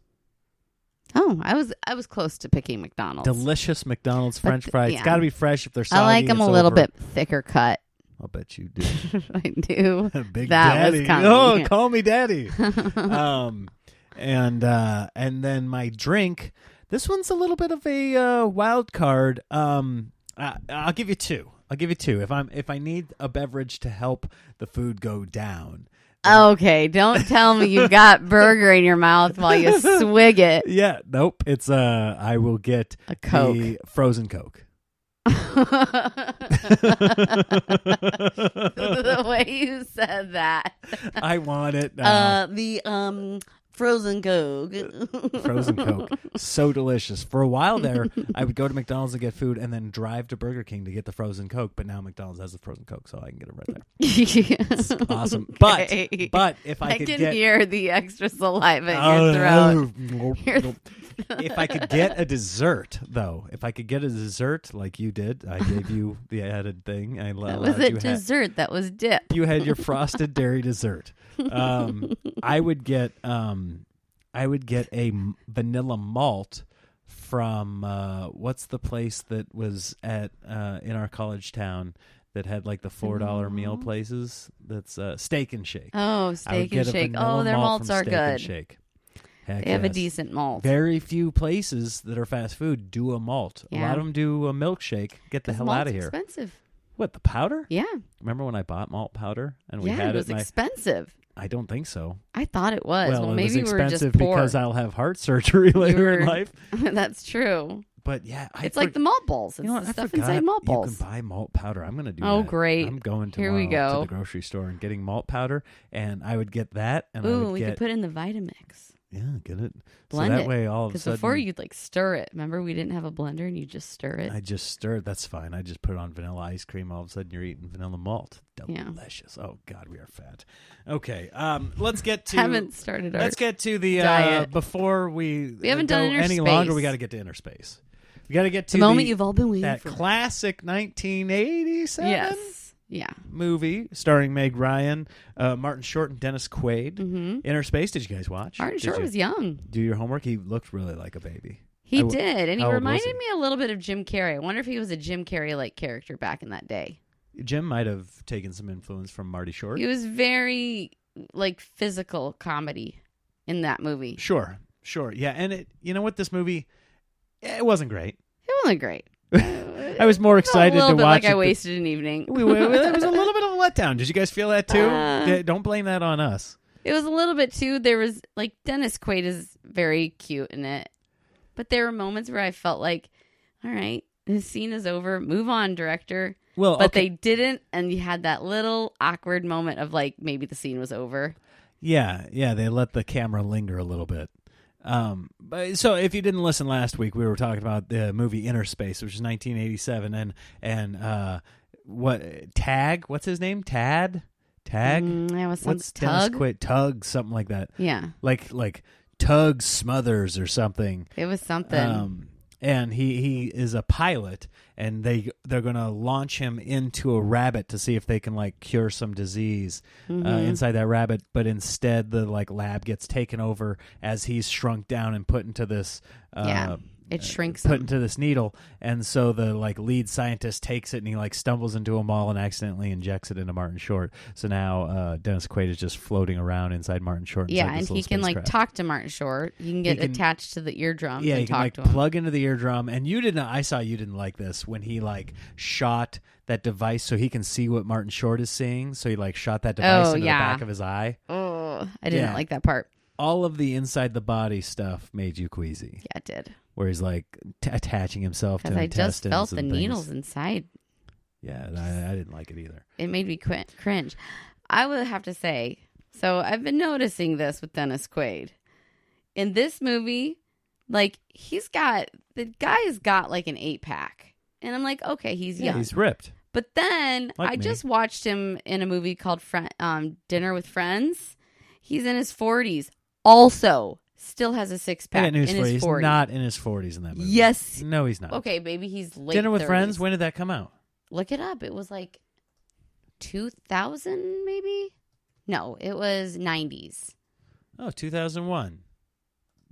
Speaker 3: Oh, I was I was close to picking McDonald's.
Speaker 2: delicious McDonald's
Speaker 3: But
Speaker 2: French
Speaker 3: th-
Speaker 2: fry. It's
Speaker 3: yeah.
Speaker 2: got to be fresh if they're
Speaker 3: I
Speaker 2: soggy.
Speaker 3: like them a
Speaker 2: it's
Speaker 3: little
Speaker 2: over.
Speaker 3: bit thicker cut.
Speaker 2: I'll bet you do.
Speaker 3: I do.
Speaker 2: Big
Speaker 3: That was
Speaker 2: Daddy.
Speaker 3: coming.
Speaker 2: Oh, call me Daddy. um, and uh, and then my drink. This one's a little bit of a uh, wild card. Um, I, I'll give you two. I'll give you two. If I'm if I need a beverage to help the food go down.
Speaker 3: Okay, don't tell me you got burger in your mouth while you swig it.
Speaker 2: Yeah. Nope. It's uh. I will get
Speaker 3: A Coke.
Speaker 2: the frozen Coke.
Speaker 3: the way you said that.
Speaker 2: I want it now.
Speaker 3: Uh, the um frozen coke.
Speaker 2: frozen coke so delicious for a while there i would go to mcdonald's and get food and then drive to burger king to get the frozen coke but now mcdonald's has the frozen coke so i can get it right there
Speaker 3: yes.
Speaker 2: it's awesome
Speaker 3: Okay.
Speaker 2: but but if i,
Speaker 3: I
Speaker 2: could
Speaker 3: can
Speaker 2: get
Speaker 3: hear the extra saliva in your throat.
Speaker 2: Oh, nope, nope. if i could get a dessert though if i could get a dessert like you did i gave you the added thing i
Speaker 3: That
Speaker 2: love
Speaker 3: was
Speaker 2: you
Speaker 3: it.
Speaker 2: had-
Speaker 3: Dessert. That was dip.
Speaker 2: you had your frosted dairy dessert. Um, I would get um, I would get a m- vanilla malt from uh, what's the place that was at uh, in our college town that had like the four dollar meal places. That's uh, Steak and Shake.
Speaker 3: Oh,
Speaker 2: I would
Speaker 3: steak
Speaker 2: get
Speaker 3: and
Speaker 2: a
Speaker 3: shake.
Speaker 2: vanilla
Speaker 3: Oh, their
Speaker 2: malt
Speaker 3: malts
Speaker 2: from
Speaker 3: are
Speaker 2: Steak and
Speaker 3: good.
Speaker 2: shake. Heck
Speaker 3: They have a
Speaker 2: yes.
Speaker 3: decent malt.
Speaker 2: Very few places that are fast food do a malt. A
Speaker 3: Yeah.
Speaker 2: lot of them do a milkshake. Get the hell
Speaker 3: Malt's
Speaker 2: out of here.
Speaker 3: Expensive.
Speaker 2: What the powder?
Speaker 3: Yeah.
Speaker 2: Remember when I bought malt powder and we
Speaker 3: yeah,
Speaker 2: had
Speaker 3: it was
Speaker 2: and I-
Speaker 3: expensive.
Speaker 2: I don't think so.
Speaker 3: I thought it was. Well,
Speaker 2: it was
Speaker 3: maybe we were
Speaker 2: expensive
Speaker 3: just poor.
Speaker 2: because I'll have heart surgery later in
Speaker 3: were-
Speaker 2: life.
Speaker 3: That's true.
Speaker 2: But yeah, I
Speaker 3: It's like the malt balls. It's
Speaker 2: you know what?
Speaker 3: the
Speaker 2: I
Speaker 3: stuff
Speaker 2: forgot
Speaker 3: inside malt
Speaker 2: You
Speaker 3: balls.
Speaker 2: can buy malt powder. I'm going to do.
Speaker 3: Oh,
Speaker 2: that.
Speaker 3: great.
Speaker 2: I'm going
Speaker 3: Here we
Speaker 2: tomorrow to
Speaker 3: go.
Speaker 2: the grocery store and getting malt powder, and I would get that, and I
Speaker 3: Ooh,
Speaker 2: would
Speaker 3: we
Speaker 2: get
Speaker 3: could put in the Vitamix.
Speaker 2: yeah, get it.
Speaker 3: Blend
Speaker 2: so that
Speaker 3: it.
Speaker 2: way, all of a
Speaker 3: Because
Speaker 2: sudden,
Speaker 3: before you'd like stir it. Remember, we didn't have a blender and you just stir it.
Speaker 2: I just stir it. That's fine. I just put on vanilla ice cream. All of a sudden, you're eating vanilla malt.
Speaker 3: Yeah.
Speaker 2: Delicious. Oh God, we are fat. Okay, um, let's get to
Speaker 3: haven't started our.
Speaker 2: Let's get to the uh,
Speaker 3: diet.
Speaker 2: before we
Speaker 3: We haven't
Speaker 2: go
Speaker 3: done inner
Speaker 2: any longer.
Speaker 3: space.
Speaker 2: We got to get to inner space. We got to get to
Speaker 3: the moment you've all been waiting
Speaker 2: that
Speaker 3: for.
Speaker 2: classic 1987.
Speaker 3: Yes. Yeah.
Speaker 2: movie starring Meg Ryan, uh, Martin Short, and Dennis Quaid.
Speaker 3: Mm-hmm.
Speaker 2: Inner Space. Did you guys watch?
Speaker 3: Martin
Speaker 2: Did
Speaker 3: Short
Speaker 2: you
Speaker 3: was young.
Speaker 2: do your homework. He looked really like a baby.
Speaker 3: He
Speaker 2: I w-
Speaker 3: did, and he
Speaker 2: how old was
Speaker 3: reminded
Speaker 2: he?
Speaker 3: me a little bit of Jim Carrey. I wonder if he was a Jim Carrey like character back in that day.
Speaker 2: Jim might have taken some influence from Marty Short.
Speaker 3: He was very like physical comedy in that movie. It
Speaker 2: Sure, sure, yeah. And it, you know what? This movie, it wasn't great.
Speaker 3: wasn't great.
Speaker 2: I was more excited
Speaker 3: a little
Speaker 2: to
Speaker 3: bit
Speaker 2: watch
Speaker 3: like I
Speaker 2: it. th-
Speaker 3: wasted an evening.
Speaker 2: we, we, we- it was a little bit of a letdown. Did you guys feel that too?
Speaker 3: Uh.
Speaker 2: Yeah, Don't blame that on us.
Speaker 3: It was a little bit too. There was like Dennis Quaid is very cute in it, but there were moments where I felt like, all right, this scene is over. Move on, director.
Speaker 2: Well,
Speaker 3: But
Speaker 2: okay.
Speaker 3: they didn't, and you had that little awkward moment of like maybe the scene was over.
Speaker 2: Yeah, yeah, they let the camera linger a little bit. Um, but so if you didn't listen last week, we were talking about the movie Inner Space, which is 1987, and and uh, what Tag? What's his name? Tad? Tag?
Speaker 3: Mm, that was some
Speaker 2: What's Dennis
Speaker 3: tug.
Speaker 2: Quaid? Tug? Something like that.
Speaker 3: Yeah,
Speaker 2: Like like Tug Smothers or something.
Speaker 3: it was something.
Speaker 2: Um, and he, he is a pilot, and they they're gonna launch him into a rabbit to see if they can like cure some disease
Speaker 3: Mm-hmm.
Speaker 2: uh, inside that rabbit. But instead, the like lab gets taken over as he's shrunk down and put into this uh,
Speaker 3: yeah, it shrinks.
Speaker 2: put
Speaker 3: him.
Speaker 2: into this needle. And so the like lead scientist takes it and he like stumbles into a mall and accidentally injects it into Martin Short. So now uh, Dennis Quaid is just floating around inside Martin Short.
Speaker 3: yeah,
Speaker 2: inside this
Speaker 3: and he
Speaker 2: little
Speaker 3: can like
Speaker 2: spacecraft.
Speaker 3: talk to Martin Short. You can get
Speaker 2: can-
Speaker 3: attached to the eardrums
Speaker 2: Yeah,
Speaker 3: and
Speaker 2: you can
Speaker 3: talk
Speaker 2: like
Speaker 3: to him.
Speaker 2: plug into the eardrum, and you didn't. I saw you didn't like this when he like shot that device so he can see what Martin Short is seeing. So he like shot that device
Speaker 3: Oh,
Speaker 2: into
Speaker 3: yeah.
Speaker 2: the back of his eye.
Speaker 3: oh, I didn't
Speaker 2: Yeah.
Speaker 3: like that part.
Speaker 2: All of the inside the body stuff made you queasy,
Speaker 3: Yeah, it did
Speaker 2: where he's like t- attaching himself to
Speaker 3: because I just
Speaker 2: intestines
Speaker 3: felt the
Speaker 2: and things.
Speaker 3: needles inside.
Speaker 2: Yeah, and I, I didn't like it either.
Speaker 3: It made me qu- cringe. I would have to say. So I've been noticing this with Dennis Quaid. In this movie, like he's got the guy's got like an eight pack, and I'm like, okay, he's young.
Speaker 2: he's ripped.
Speaker 3: But then
Speaker 2: Like
Speaker 3: I
Speaker 2: me.
Speaker 3: just watched him in a movie called Fri- um, Dinner with Friends. He's in his 40s. Also, still has a six
Speaker 2: I
Speaker 3: pack
Speaker 2: got
Speaker 3: in
Speaker 2: news
Speaker 3: his
Speaker 2: for you. He's
Speaker 3: 40s.
Speaker 2: not in his forties in that movie.
Speaker 3: yes.
Speaker 2: no, he's not.
Speaker 3: Okay, maybe he's late.
Speaker 2: Dinner with
Speaker 3: 30s.
Speaker 2: Friends. When did that come out?
Speaker 3: Look it up. It was like 2000, maybe? No, it was 90s.
Speaker 2: Oh, 2001.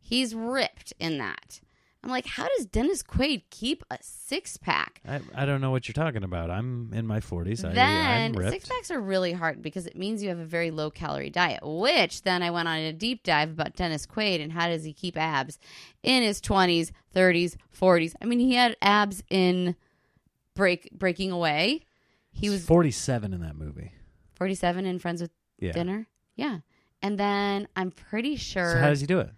Speaker 3: He's ripped in that. I'm like, how does Dennis Quaid keep a six pack?
Speaker 2: I, I don't know what you're talking about. I'm in my 40s. I, I'm
Speaker 3: then
Speaker 2: ripped.
Speaker 3: six packs are really hard because it means you have a very low calorie diet which then i went on a deep dive about dennis quaid and how does he keep abs in his 20s 30s 40s i mean he had abs in break breaking away he was
Speaker 2: 47 in that movie.
Speaker 3: 47 and friends with
Speaker 2: Yeah.
Speaker 3: dinner yeah and then i'm pretty sure
Speaker 2: So how does he do it?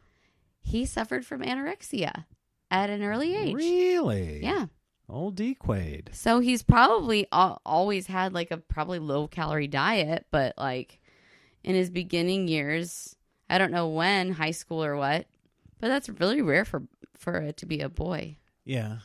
Speaker 3: he suffered from anorexia at an early age
Speaker 2: Really?
Speaker 3: yeah
Speaker 2: Old D Quaid.
Speaker 3: So he's probably al- always had like a probably low calorie diet, but like in his beginning years, I don't know when, high school or what, but that's really rare for for it to be a boy.
Speaker 2: Yeah.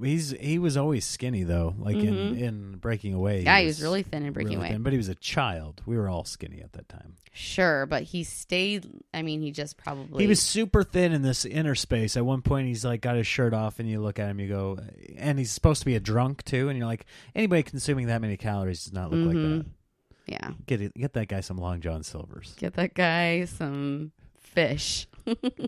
Speaker 2: He's he was always skinny though. Like in, in Breaking Away.
Speaker 3: Mm-hmm. yeah, he was really thin and breaking
Speaker 2: really
Speaker 3: away.
Speaker 2: thin, but he was a child. We were all skinny at that time.
Speaker 3: Sure, but he stayed. I mean, he just probably
Speaker 2: He was super thin in this inner space. At one point, he's like got his shirt off, and you look at him, you go, and he's supposed to be a drunk too, and you're like, anybody consuming that many calories does not look like
Speaker 3: Mhm.
Speaker 2: that.
Speaker 3: yeah.
Speaker 2: Get it, get that guy some Long John Silver's.
Speaker 3: Get that guy some fish.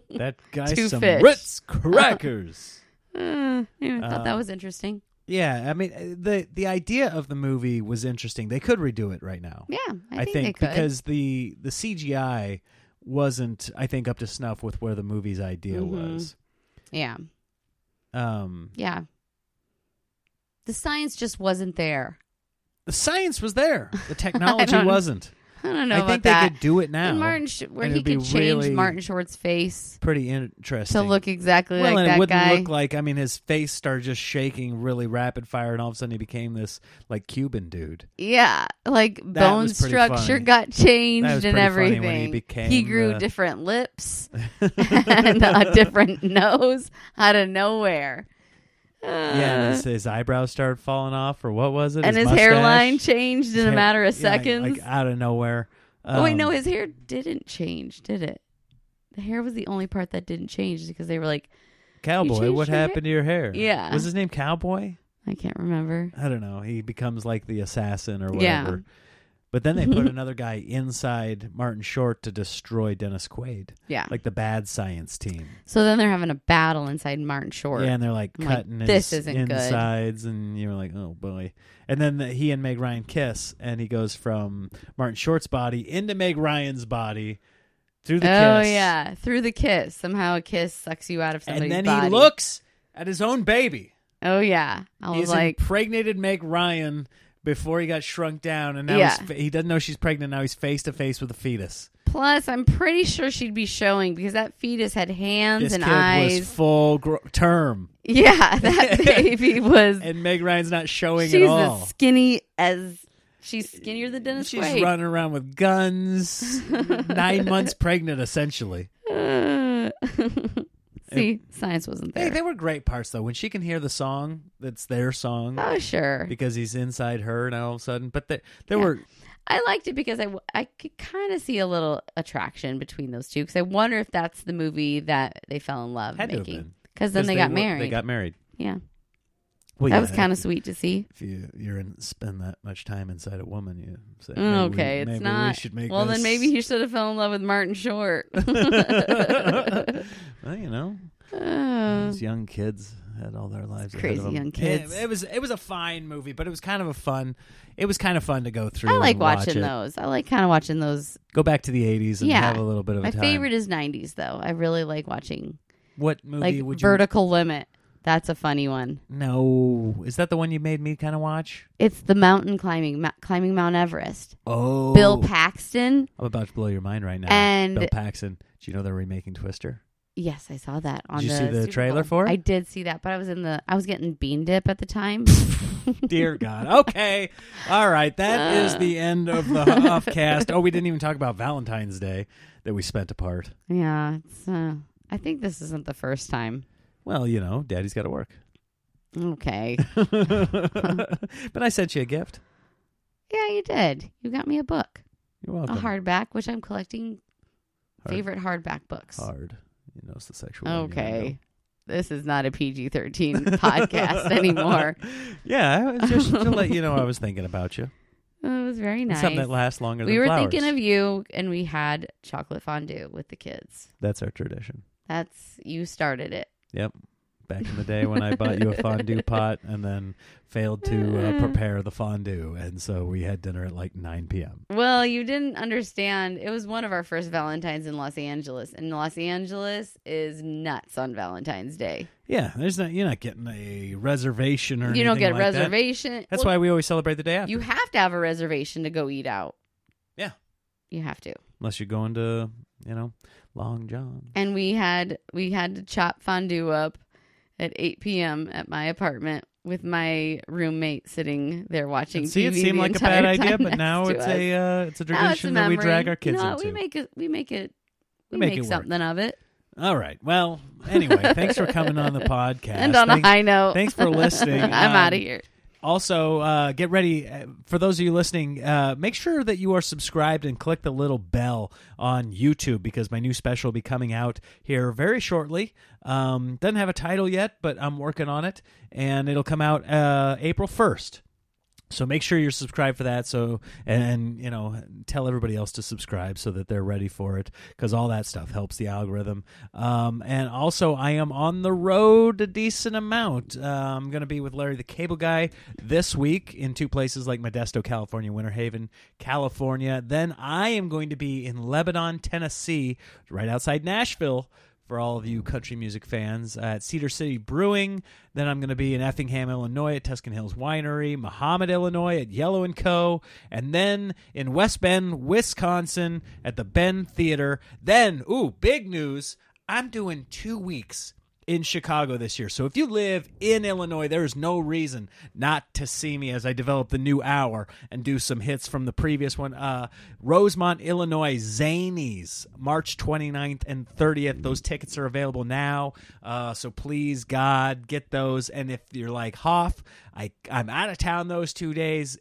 Speaker 2: That guy
Speaker 3: Two
Speaker 2: some
Speaker 3: fish.
Speaker 2: Ritz crackers.
Speaker 3: Uh, anyway, I thought that
Speaker 2: Um,
Speaker 3: was interesting.
Speaker 2: yeah, I mean uh, the the idea of the movie was interesting. They could redo it right now.
Speaker 3: Yeah, I,
Speaker 2: I
Speaker 3: think, they
Speaker 2: think
Speaker 3: could.
Speaker 2: because the the CGI wasn't I think up to snuff with where the movie's idea
Speaker 3: Mhm.
Speaker 2: was.
Speaker 3: yeah,
Speaker 2: Um
Speaker 3: yeah. The science just wasn't there.
Speaker 2: the science was there. The technology
Speaker 3: don't-
Speaker 2: wasn't.
Speaker 3: I don't know
Speaker 2: I
Speaker 3: about
Speaker 2: think
Speaker 3: that.
Speaker 2: they could do it now.
Speaker 3: And Martin, Sh- where
Speaker 2: and
Speaker 3: he
Speaker 2: it'd be
Speaker 3: could change
Speaker 2: really
Speaker 3: Martin Short's face
Speaker 2: pretty interesting
Speaker 3: to look exactly
Speaker 2: well, and
Speaker 3: like
Speaker 2: it
Speaker 3: that
Speaker 2: wouldn't
Speaker 3: guy.
Speaker 2: look like I mean his face started just shaking really rapid fire, and all of a sudden he became this like Cuban dude.
Speaker 3: yeah, like bone
Speaker 2: was pretty
Speaker 3: structure
Speaker 2: funny.
Speaker 3: got changed
Speaker 2: That was
Speaker 3: and
Speaker 2: pretty funny when he
Speaker 3: everything.
Speaker 2: became
Speaker 3: grew
Speaker 2: the-
Speaker 3: different lips and a different nose out of nowhere. Uh,
Speaker 2: yeah, and his, his eyebrows started falling off, or what was it?
Speaker 3: and his,
Speaker 2: mustache?
Speaker 3: hairline changed in
Speaker 2: His
Speaker 3: a
Speaker 2: hair-
Speaker 3: matter of
Speaker 2: yeah, like-
Speaker 3: seconds.
Speaker 2: like, out of nowhere.
Speaker 3: oh wait,
Speaker 2: Um,
Speaker 3: no, his hair didn't change, did it? The hair was the only part that didn't change because they were like,
Speaker 2: cowboy.
Speaker 3: changed
Speaker 2: What
Speaker 3: your hair?
Speaker 2: happened to your hair?
Speaker 3: Yeah.
Speaker 2: was his name Cowboy?
Speaker 3: I can't remember.
Speaker 2: I don't know. He becomes like the assassin or
Speaker 3: Yeah.
Speaker 2: whatever. But then they put another guy inside Martin Short to destroy Dennis Quaid,
Speaker 3: Yeah.
Speaker 2: like the bad science team.
Speaker 3: so then they're having a battle inside Martin Short.
Speaker 2: Yeah, and they're like
Speaker 3: I'm like,
Speaker 2: cutting
Speaker 3: "This
Speaker 2: his
Speaker 3: isn't good."
Speaker 2: insides, and you're like, oh boy. And then the, he and Meg Ryan kiss, and he goes from Martin Short's body into Meg Ryan's body through the
Speaker 3: oh
Speaker 2: kiss.
Speaker 3: yeah, through the kiss. Somehow a kiss sucks you out of
Speaker 2: and
Speaker 3: somebody's
Speaker 2: then
Speaker 3: body.
Speaker 2: he looks at his own baby.
Speaker 3: Oh yeah, I was
Speaker 2: He's
Speaker 3: like,
Speaker 2: impregnated Meg Ryan before he got shrunk down, and now
Speaker 3: Yeah.
Speaker 2: he's, fa- he doesn't know she's pregnant. Now he's face to face with a fetus.
Speaker 3: plus I'm pretty sure she'd be showing because that fetus had hands
Speaker 2: This
Speaker 3: and
Speaker 2: kid
Speaker 3: eyes.
Speaker 2: was full gro- term,
Speaker 3: yeah, that baby was.
Speaker 2: and Meg Ryan's not showing
Speaker 3: she's
Speaker 2: at
Speaker 3: as
Speaker 2: all.
Speaker 3: skinny as she's skinnier than Dennis
Speaker 2: She's
Speaker 3: Quaid.
Speaker 2: running around with guns, nine months pregnant, essentially.
Speaker 3: Uh, See, science wasn't
Speaker 2: Hey,
Speaker 3: there.
Speaker 2: they were great parts though. When she can hear the song, that's their song
Speaker 3: Oh sure,
Speaker 2: because he's inside her now all of a sudden. But there, there were
Speaker 3: I liked it because I, w- I could kind of see a little attraction between those two because I wonder if that's the movie that they fell in love
Speaker 2: Had to have
Speaker 3: making
Speaker 2: been.
Speaker 3: because then
Speaker 2: 'cause
Speaker 3: they, got
Speaker 2: were-
Speaker 3: married.
Speaker 2: They got married.
Speaker 3: yeah,
Speaker 2: Well,
Speaker 3: that was
Speaker 2: yeah,
Speaker 3: kind of sweet to see.
Speaker 2: if you you're in spend that much time inside a woman, you say,
Speaker 3: Mm,
Speaker 2: "Maybe we-
Speaker 3: okay,
Speaker 2: maybe
Speaker 3: it's
Speaker 2: we
Speaker 3: not.
Speaker 2: should make
Speaker 3: well, then
Speaker 2: this."
Speaker 3: maybe he should have fell in love with Martin Short.
Speaker 2: well, you know,
Speaker 3: Uh,
Speaker 2: these young kids had all their lives. ahead
Speaker 3: Crazy
Speaker 2: of them.
Speaker 3: young
Speaker 2: Yeah,
Speaker 3: kids.
Speaker 2: It, was it was a fine movie, but it was kind of a fun. It was kind of fun to go through.
Speaker 3: I like
Speaker 2: and watch
Speaker 3: watching
Speaker 2: it.
Speaker 3: those. I like kind of watching those.
Speaker 2: Go back to the '80s and
Speaker 3: Yeah.
Speaker 2: have a little bit of
Speaker 3: My
Speaker 2: a time.
Speaker 3: favorite is '90s though. I really like watching
Speaker 2: What movie
Speaker 3: like
Speaker 2: would you?
Speaker 3: Vertical Limit. That's a funny one.
Speaker 2: No, is that the one you made me kind of watch?
Speaker 3: It's the mountain climbing, mo- climbing Mount Everest.
Speaker 2: Oh,
Speaker 3: Bill Paxton.
Speaker 2: I'm about to blow your mind right now.
Speaker 3: And-
Speaker 2: Bill Paxton. Do you know they're remaking Twister?
Speaker 3: Yes, I saw that on
Speaker 2: you
Speaker 3: the
Speaker 2: see the
Speaker 3: Super
Speaker 2: trailer
Speaker 3: Bowl.
Speaker 2: for it?
Speaker 3: I did see that, but I was in the I was getting bean dip at the time.
Speaker 2: Dear God. Okay. All right. That is
Speaker 3: Ah.
Speaker 2: the end of the Huff cast. Oh, we didn't even talk about Valentine's Day that we spent apart.
Speaker 3: yeah, it's, uh, I think this isn't the first time.
Speaker 2: Well, you know, Daddy's got to work.
Speaker 3: Okay.
Speaker 2: but I sent you a gift.
Speaker 3: yeah, you did. You got me a book,
Speaker 2: You're
Speaker 3: a
Speaker 2: welcome.
Speaker 3: hardback, which I'm collecting
Speaker 2: Hard-
Speaker 3: favorite hardback books.
Speaker 2: Hard. You know, it's the sexual.
Speaker 3: Okay. This is not a PG-13 podcast anymore.
Speaker 2: innuendo. Yeah, I was just to let you know I was thinking about you.
Speaker 3: It was very
Speaker 2: It's
Speaker 3: nice.
Speaker 2: Something that lasts longer
Speaker 3: we
Speaker 2: than
Speaker 3: were
Speaker 2: flowers.
Speaker 3: thinking of you and we had chocolate fondue with the kids.
Speaker 2: That's our tradition.
Speaker 3: That's you started it.
Speaker 2: Yep. Back in the day when I bought you a fondue pot and then failed to uh, prepare the fondue. And so we had dinner at like 9 p.m.
Speaker 3: Well, you didn't understand. It was one of our first Valentines in Los Angeles, and Los Angeles is nuts on Valentine's Day.
Speaker 2: Yeah, there's not you're not getting a reservation or
Speaker 3: You don't
Speaker 2: anything
Speaker 3: get
Speaker 2: like that.
Speaker 3: reservation.
Speaker 2: That's why we always celebrate the day after.
Speaker 3: you have to have a reservation to go eat out.
Speaker 2: Yeah.
Speaker 3: You have to.
Speaker 2: Unless you're going to, you know, Long John.
Speaker 3: And we had we had to chop fondue up at 8 p.m. at my apartment with my roommate sitting there watching
Speaker 2: See,
Speaker 3: TV.
Speaker 2: it
Speaker 3: the
Speaker 2: seemed like a bad
Speaker 3: entire
Speaker 2: idea,
Speaker 3: time
Speaker 2: but now
Speaker 3: next to
Speaker 2: it's
Speaker 3: us.
Speaker 2: a uh, it's a
Speaker 3: Now it's a
Speaker 2: tradition that we drag
Speaker 3: memory.
Speaker 2: our kids
Speaker 3: you know, what?
Speaker 2: into.
Speaker 3: We make it. We make it. We,
Speaker 2: We make
Speaker 3: make,
Speaker 2: it work.
Speaker 3: something of it.
Speaker 2: All right. Well, anyway, thanks for coming on the podcast.
Speaker 3: And on
Speaker 2: Thank-
Speaker 3: a high note,
Speaker 2: thanks for listening.
Speaker 3: I'm
Speaker 2: Um,
Speaker 3: out of here.
Speaker 2: Also, uh, get ready. uh, For those of you listening, uh, make sure that you are subscribed and click the little bell on YouTube because my new special will be coming out here very shortly. Um, doesn't have a title yet, but I'm working on it, and it'll come out uh, April 1st. So make sure you're subscribed for that. So and you know tell everybody else to subscribe so that they're ready for it because all that stuff helps the algorithm. Um, and also, I am on the road a decent amount. Uh, I'm going to be with Larry the Cable Guy this week in two places like Modesto, California, Winter Haven, California. Then I am going to be in Lebanon, Tennessee, right outside Nashville for all of you country music fans uh, at Cedar City Brewing. Then I'm going to be in Effingham, Illinois at Tuscan Hills Winery, Muhammad, Illinois at Yellow & Co., and then in West Bend, Wisconsin at the Bend Theater. Then, ooh, big news, I'm doing 2 weeks in Chicago this year. So if you live in Illinois, there is no reason not to see me as I develop the new hour and do some hits from the previous one. Uh, Rosemont, Illinois, Zanies, March 29th and 30th. Those tickets are available now. Uh, so please, God, get those. And if you're like Hoff, I, I'm out of town those two days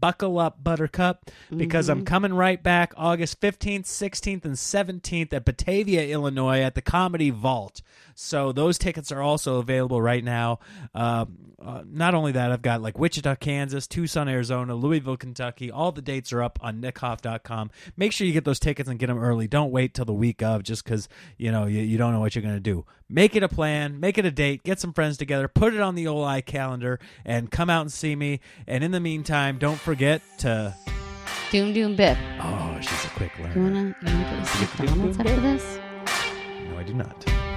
Speaker 2: buckle up, Buttercup, because I'm coming right back August 15th, 16th, and 17th at Batavia, Illinois at the Comedy Vault. So those tickets are also available right now. Um, uh, not only that, I've got like Wichita, Kansas, Tucson, Arizona, Louisville, Kentucky. All the dates are up on nickhoff.com. Make sure you get those tickets and get them early. Don't wait till the week of just because, you know, you, you don't know what you're going to do. Make it a plan, make it a date, get some friends together, put it on the OLI calendar, and come out and see me. And in the meantime, don't forget to.
Speaker 3: Doom Doom Biff.
Speaker 2: Oh, she's a quick
Speaker 3: You
Speaker 2: learner.
Speaker 3: wanna, you wanna go to McDonald's after this?
Speaker 2: No, I do not.